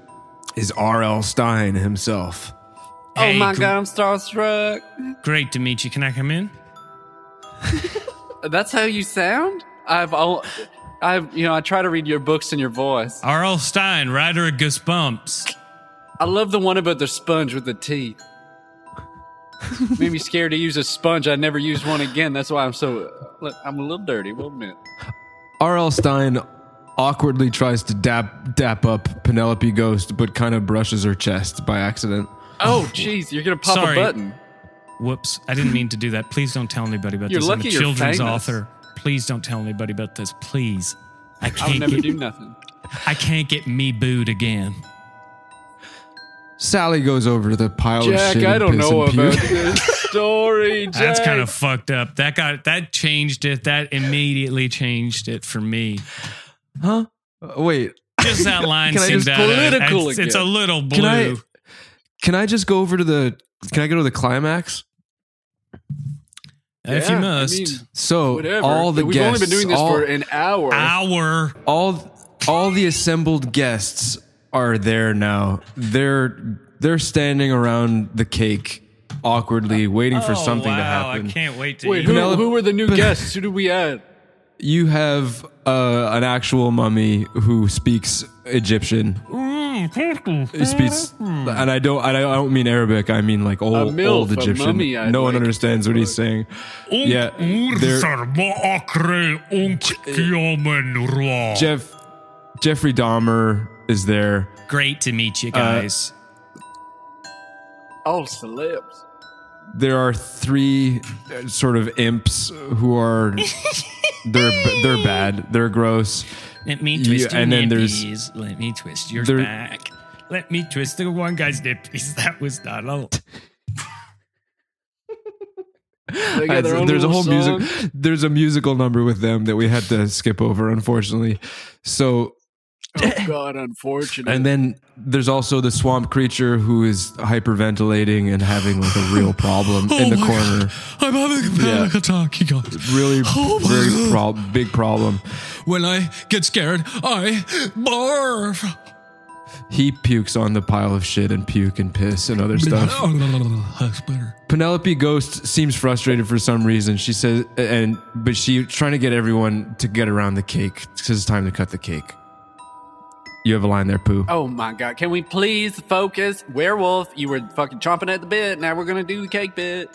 Speaker 1: is R.L. Stein himself.
Speaker 4: oh
Speaker 3: Hey,
Speaker 4: my
Speaker 3: gr-
Speaker 4: god, I'm starstruck.
Speaker 3: Great to meet you. Can I come in?
Speaker 4: That's how you sound. I've all, I've you know I try to read your books in your voice.
Speaker 3: R.L. Stein, writer of Goosebumps.
Speaker 4: I love the one about the sponge with the teeth. Made me scared to use a sponge. I never used one again. That's why I'm so. Look, I'm a little dirty. We'll admit.
Speaker 1: R.L. Stein awkwardly tries to dap dap up Penelope Ghost, but kind of brushes her chest by accident.
Speaker 4: Oh, jeez, you're gonna pop
Speaker 3: Sorry.
Speaker 4: a button.
Speaker 3: Whoops, I didn't mean to do that. Please don't tell anybody about
Speaker 4: You're
Speaker 3: this.
Speaker 4: lucky
Speaker 3: I'm a
Speaker 4: you're
Speaker 3: children's
Speaker 4: famous.
Speaker 3: author. Please don't tell anybody about this. Please. I
Speaker 4: I would
Speaker 3: can't
Speaker 4: never
Speaker 3: get,
Speaker 4: do nothing.
Speaker 3: I can't get me booed again.
Speaker 1: Sally goes over to the
Speaker 3: Oh,
Speaker 1: pile of
Speaker 4: Jack,
Speaker 1: shit.
Speaker 4: I
Speaker 1: and
Speaker 4: don't
Speaker 1: piss
Speaker 4: know
Speaker 1: and puke.
Speaker 4: about this story. Jack.
Speaker 3: That's kind of fucked up. That got that changed it. That immediately changed it for me.
Speaker 1: Huh? Uh, wait,
Speaker 3: Just that line
Speaker 1: Can I
Speaker 3: seemed
Speaker 1: just-
Speaker 3: out of-
Speaker 4: Political
Speaker 3: it's, it's a
Speaker 4: again.
Speaker 3: little blue.
Speaker 1: Can I- can I just go over to the? Can I go to the climax?
Speaker 3: if you
Speaker 4: Yeah, I
Speaker 3: must.
Speaker 4: mean,
Speaker 1: So
Speaker 4: whatever.
Speaker 1: all the
Speaker 4: We've
Speaker 1: guests,
Speaker 4: only been doing this
Speaker 1: all,
Speaker 4: for an hour.
Speaker 3: Our
Speaker 1: all all the assembled guests are there now. They're they're standing around the cake awkwardly waiting
Speaker 4: Oh,
Speaker 1: for something
Speaker 3: Oh, wow,
Speaker 1: to happen.
Speaker 3: I can't wait to
Speaker 4: Wait,
Speaker 3: eat.
Speaker 4: who,
Speaker 1: Penelope-
Speaker 4: who were the new
Speaker 1: Pen-
Speaker 4: guests? Who did we add?
Speaker 1: You have uh, an actual mummy who speaks Egyptian. It speaks, and I don't, and I don't mean Arabic. I mean like old,
Speaker 4: Mm-hmm. A milf,
Speaker 1: old
Speaker 4: a
Speaker 1: Egyptian.
Speaker 4: mummy, I'd
Speaker 1: no one
Speaker 4: like.
Speaker 1: understands what he's saying. Yeah, they're- Jeff Jeffrey Dahmer is there.
Speaker 3: Great to meet you guys.
Speaker 4: All Oh, celebs.
Speaker 1: There are three uh, sort of imps who are they're they're bad. They're gross.
Speaker 3: Let me
Speaker 1: you-
Speaker 3: twist your
Speaker 1: and then there's-
Speaker 3: nippies. Let me twist your
Speaker 1: there-
Speaker 3: back. Let me twist the one guy's nippies. That was not all.
Speaker 4: They got their
Speaker 1: Uh,
Speaker 4: own
Speaker 1: there's a
Speaker 4: little
Speaker 1: whole
Speaker 4: song.
Speaker 1: music there's a musical number with them that we had to skip over unfortunately so
Speaker 4: Oh God, unfortunate.
Speaker 1: and then there's also the swamp creature who is hyperventilating and having like a real problem in the
Speaker 2: Oh
Speaker 1: corner
Speaker 2: I'm having a panic
Speaker 1: Yeah.
Speaker 2: attack, you guys.
Speaker 1: really
Speaker 2: Oh my
Speaker 1: very
Speaker 2: God.
Speaker 1: prob big problem
Speaker 2: When I get scared, I barf.
Speaker 1: he pukes on the pile of shit and puke and piss and other stuff
Speaker 2: Oh, That's better.
Speaker 1: Penelope Ghost seems frustrated for some reason. She says, and but she trying to get everyone to get around the cake because it's time to cut the cake. You have a line there, Pooh.
Speaker 4: Oh my god, can we please focus? Werewolf, you were fucking chomping at the bit, now we're gonna do the cake bit.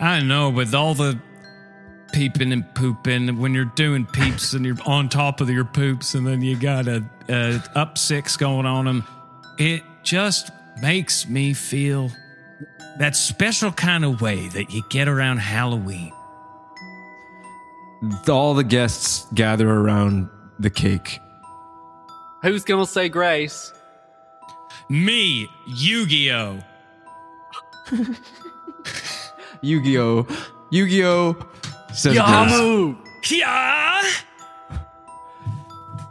Speaker 3: I know, with all the peeping and pooping, when you're doing peeps and you're on top of your poops, and then you got a, a up six going on them, it just makes me feel that special kind of way that you get around Halloween.
Speaker 1: all the guests gather around the cake.
Speaker 4: Who's gonna say grace?
Speaker 3: Me, Yu Gi Oh!
Speaker 1: Yu-Gi-Oh! Yu-Gi-Oh! Says Ghost.
Speaker 4: Yamu!
Speaker 8: Yeah.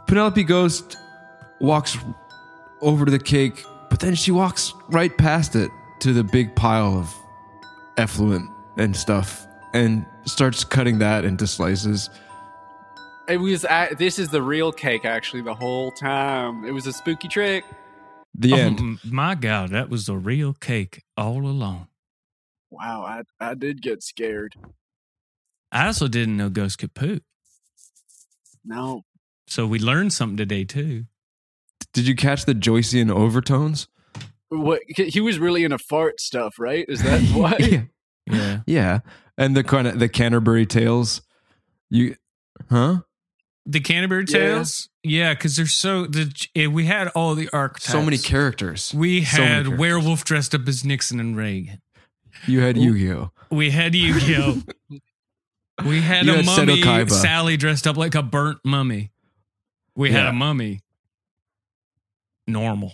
Speaker 1: Penelope Ghost walks over to the cake, but then she walks right past it to the big pile of effluent and stuff and starts cutting that into slices.
Speaker 4: It was. a this is the real cake, actually. The whole time, it was a spooky trick.
Speaker 1: The end.
Speaker 2: Oh, my God, that was the real cake all along.
Speaker 4: Wow, I, I did get scared.
Speaker 2: I also didn't know ghosts could poop.
Speaker 4: No,
Speaker 2: So we learned something today, too.
Speaker 1: Did you catch the Joycean overtones?
Speaker 4: what he was really into fart stuff, right? Is that why?
Speaker 1: Yeah.
Speaker 2: Yeah.
Speaker 1: Yeah. And the kind of the Canterbury Tales. You huh?
Speaker 2: The Canterbury
Speaker 4: Yeah.
Speaker 2: Tales? Yeah, because they're so. The, eh, we had all the archetypes.
Speaker 1: So many characters.
Speaker 2: We
Speaker 1: So many
Speaker 2: had
Speaker 1: characters.
Speaker 2: Werewolf dressed up as Nixon and Reagan.
Speaker 1: You had Yu-Gi-Oh!
Speaker 2: We had Yu Gi Oh! We had
Speaker 1: You
Speaker 2: a
Speaker 1: had
Speaker 2: mummy.
Speaker 1: Senokaiba.
Speaker 2: Sally dressed up like a burnt mummy. We had
Speaker 1: Yeah.
Speaker 2: a mummy. Normal.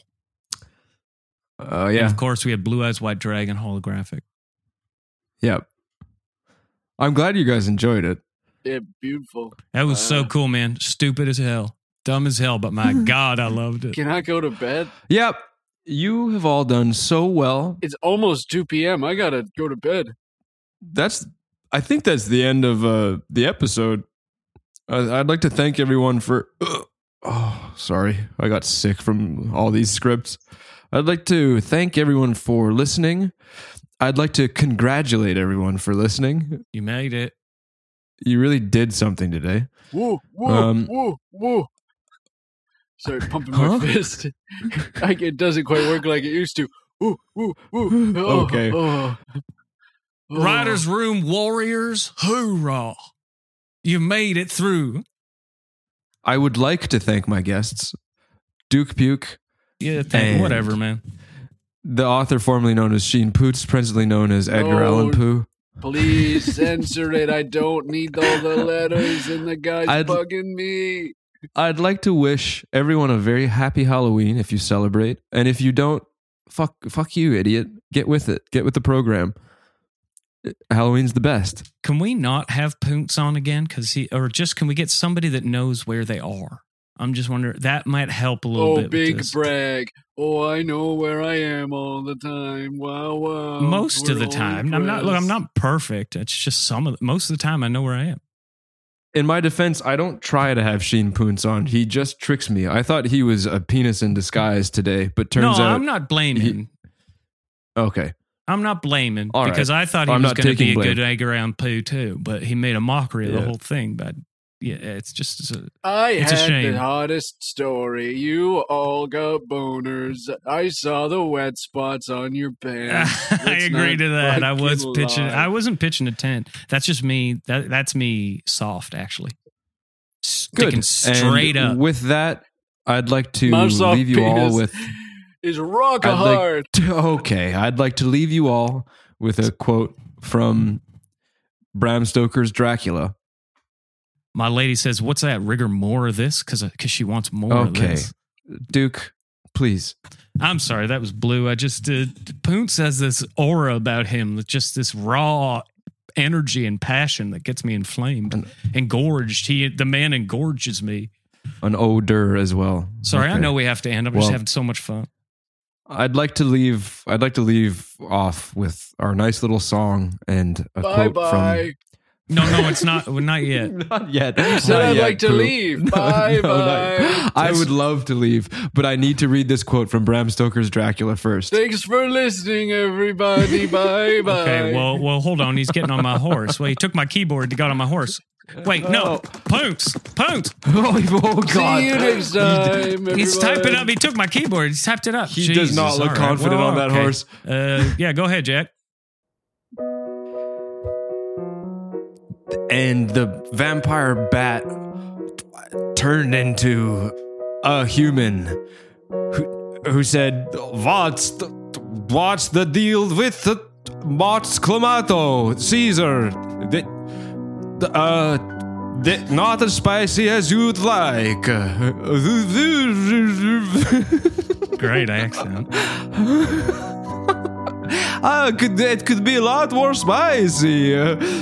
Speaker 1: Oh
Speaker 2: And
Speaker 1: yeah.
Speaker 2: of course, we had Blue Eyes White Dragon holographic.
Speaker 1: Yep. I'm glad you guys enjoyed it.
Speaker 4: Yeah, beautiful.
Speaker 2: That was so
Speaker 4: Uh.
Speaker 2: cool, man. Stupid as hell. Dumb as hell, but my God, I loved it.
Speaker 4: Can I go to bed?
Speaker 1: Yep. You have all done so well.
Speaker 4: It's almost two p.m. I gotta go to bed.
Speaker 1: That's I think that's the end of uh the episode. I, I'd like to thank everyone for Oh, sorry. I got sick from all these scripts. I'd like to thank everyone for listening. I'd like to congratulate everyone for listening.
Speaker 2: You made it.
Speaker 1: You really did something today.
Speaker 4: Woo, woo,
Speaker 1: Um,
Speaker 4: woo, woo. Sorry, pumping
Speaker 1: Huh?
Speaker 4: my fist. I, it doesn't quite work like it used to. Woo, woo, woo. Oh,
Speaker 1: Okay.
Speaker 4: Oh, oh.
Speaker 2: Riders Room Warriors, hoorah. You made it through.
Speaker 1: I would like to thank my guests, Duke Puke,
Speaker 2: Yeah,
Speaker 1: And-
Speaker 2: thank, whatever, man.
Speaker 1: the author formerly known as Sheen Poots, presently known as Edgar
Speaker 4: No.
Speaker 1: Allan Poe.
Speaker 4: Please censor it. I don't need all the letters and the guy's
Speaker 1: I'd-
Speaker 4: bugging me.
Speaker 1: I'd like to wish everyone a very happy Halloween if you celebrate, and if you don't, fuck, fuck you, idiot. Get with it. Get with the program. Halloween's the best.
Speaker 2: Can we not have Poots on again? Because he, or just can we get somebody that knows where they are? I'm just wondering. That might help a little
Speaker 4: Oh,
Speaker 2: bit. with
Speaker 4: big
Speaker 2: this.
Speaker 4: brag. Oh, I know where I am all the time. Wow, wow.
Speaker 2: Most of
Speaker 4: We're
Speaker 2: the
Speaker 4: all
Speaker 2: time, I'm not. Look, I'm
Speaker 4: impressed.
Speaker 2: not perfect. It's just some of. The, most of the time, I know where I am.
Speaker 1: In my defense, I don't try to have Sheen Poots on. He just tricks me. I thought he was a penis in disguise today, but
Speaker 2: no,
Speaker 1: turns out
Speaker 2: I'm not blaming.
Speaker 1: he- okay.
Speaker 2: I'm not blaming
Speaker 1: All right.
Speaker 2: because I thought he
Speaker 1: I'm
Speaker 2: was
Speaker 1: not
Speaker 2: going to be
Speaker 1: taking
Speaker 2: a
Speaker 1: blame.
Speaker 2: good egg around poo too, but he made a mockery of
Speaker 1: Yeah.
Speaker 2: the whole thing. But yeah, it's just it's a-
Speaker 4: I
Speaker 2: It's a
Speaker 4: had
Speaker 2: shame.
Speaker 4: the hottest story. You all got boners. I saw the wet spots on your pants.
Speaker 2: I
Speaker 4: Let's
Speaker 2: agree
Speaker 4: not
Speaker 2: to that. I
Speaker 4: fucking
Speaker 2: was pitching.
Speaker 4: lie.
Speaker 2: I wasn't pitching a tent. That's just me. That that's me soft actually. Sticking
Speaker 1: Good.
Speaker 2: straight
Speaker 1: And
Speaker 2: up.
Speaker 1: With that, I'd like to
Speaker 4: My soft
Speaker 1: leave you all
Speaker 4: penis
Speaker 1: with.
Speaker 4: is rock
Speaker 1: I'd like-
Speaker 4: hard.
Speaker 1: Okay, I'd like to leave you all with a quote from Bram Stoker's Dracula.
Speaker 2: My lady says, "What's that? Rigor more of this?" Because because she wants more. Of
Speaker 1: Okay.
Speaker 2: this.
Speaker 1: Duke, please.
Speaker 2: I'm sorry. That was blue. I just did. Poontz has this aura about him. that Just this raw energy and passion that gets me inflamed, engorged. He the man engorges me.
Speaker 1: An odor as well.
Speaker 2: Sorry, I
Speaker 1: Okay.
Speaker 2: know we have to end. I'm just
Speaker 1: Well-
Speaker 2: having so much fun.
Speaker 1: I'd like to leave. I'd like to leave off with our nice little song and a
Speaker 4: Bye
Speaker 1: quote from.
Speaker 4: bye.
Speaker 2: No, no, it's not. Not yet.
Speaker 1: Not yet.
Speaker 4: You said
Speaker 1: Not
Speaker 4: I'd
Speaker 1: yet,
Speaker 4: like to
Speaker 1: Pooh.
Speaker 4: leave.
Speaker 1: No,
Speaker 4: bye
Speaker 1: no,
Speaker 4: bye.
Speaker 1: not- I would love to leave, but I need to read this quote from Bram Stoker's Dracula first.
Speaker 4: Thanks for listening, everybody. bye bye.
Speaker 2: Okay, well, well, hold on. He's getting on my horse. Well, he took my keyboard to get on my horse. Wait, no, Poontz, Poontz.
Speaker 1: oh, God.
Speaker 4: See you next time.
Speaker 2: He's
Speaker 4: everybody.
Speaker 2: typing up. He took my keyboard. He's typed it up.
Speaker 1: He does not look
Speaker 2: all
Speaker 1: confident on that horse.
Speaker 2: Uh, yeah, go ahead, Jack.
Speaker 1: and the vampire bat turned into a human who, who said, What's the, what's the deal with the Mars Clamato, Caesar? The, the, uh, the, not as spicy as you'd like.
Speaker 2: Great accent.
Speaker 1: Ah, could, it could be a lot more spicy.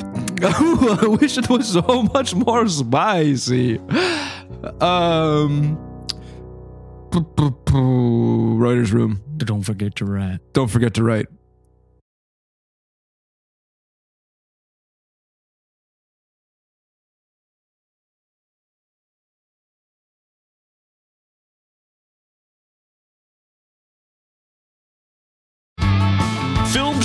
Speaker 1: Uh, I wish it was so much more spicy. Um, writer's room.
Speaker 3: Don't forget to write.
Speaker 1: Don't forget to write.
Speaker 9: Filmed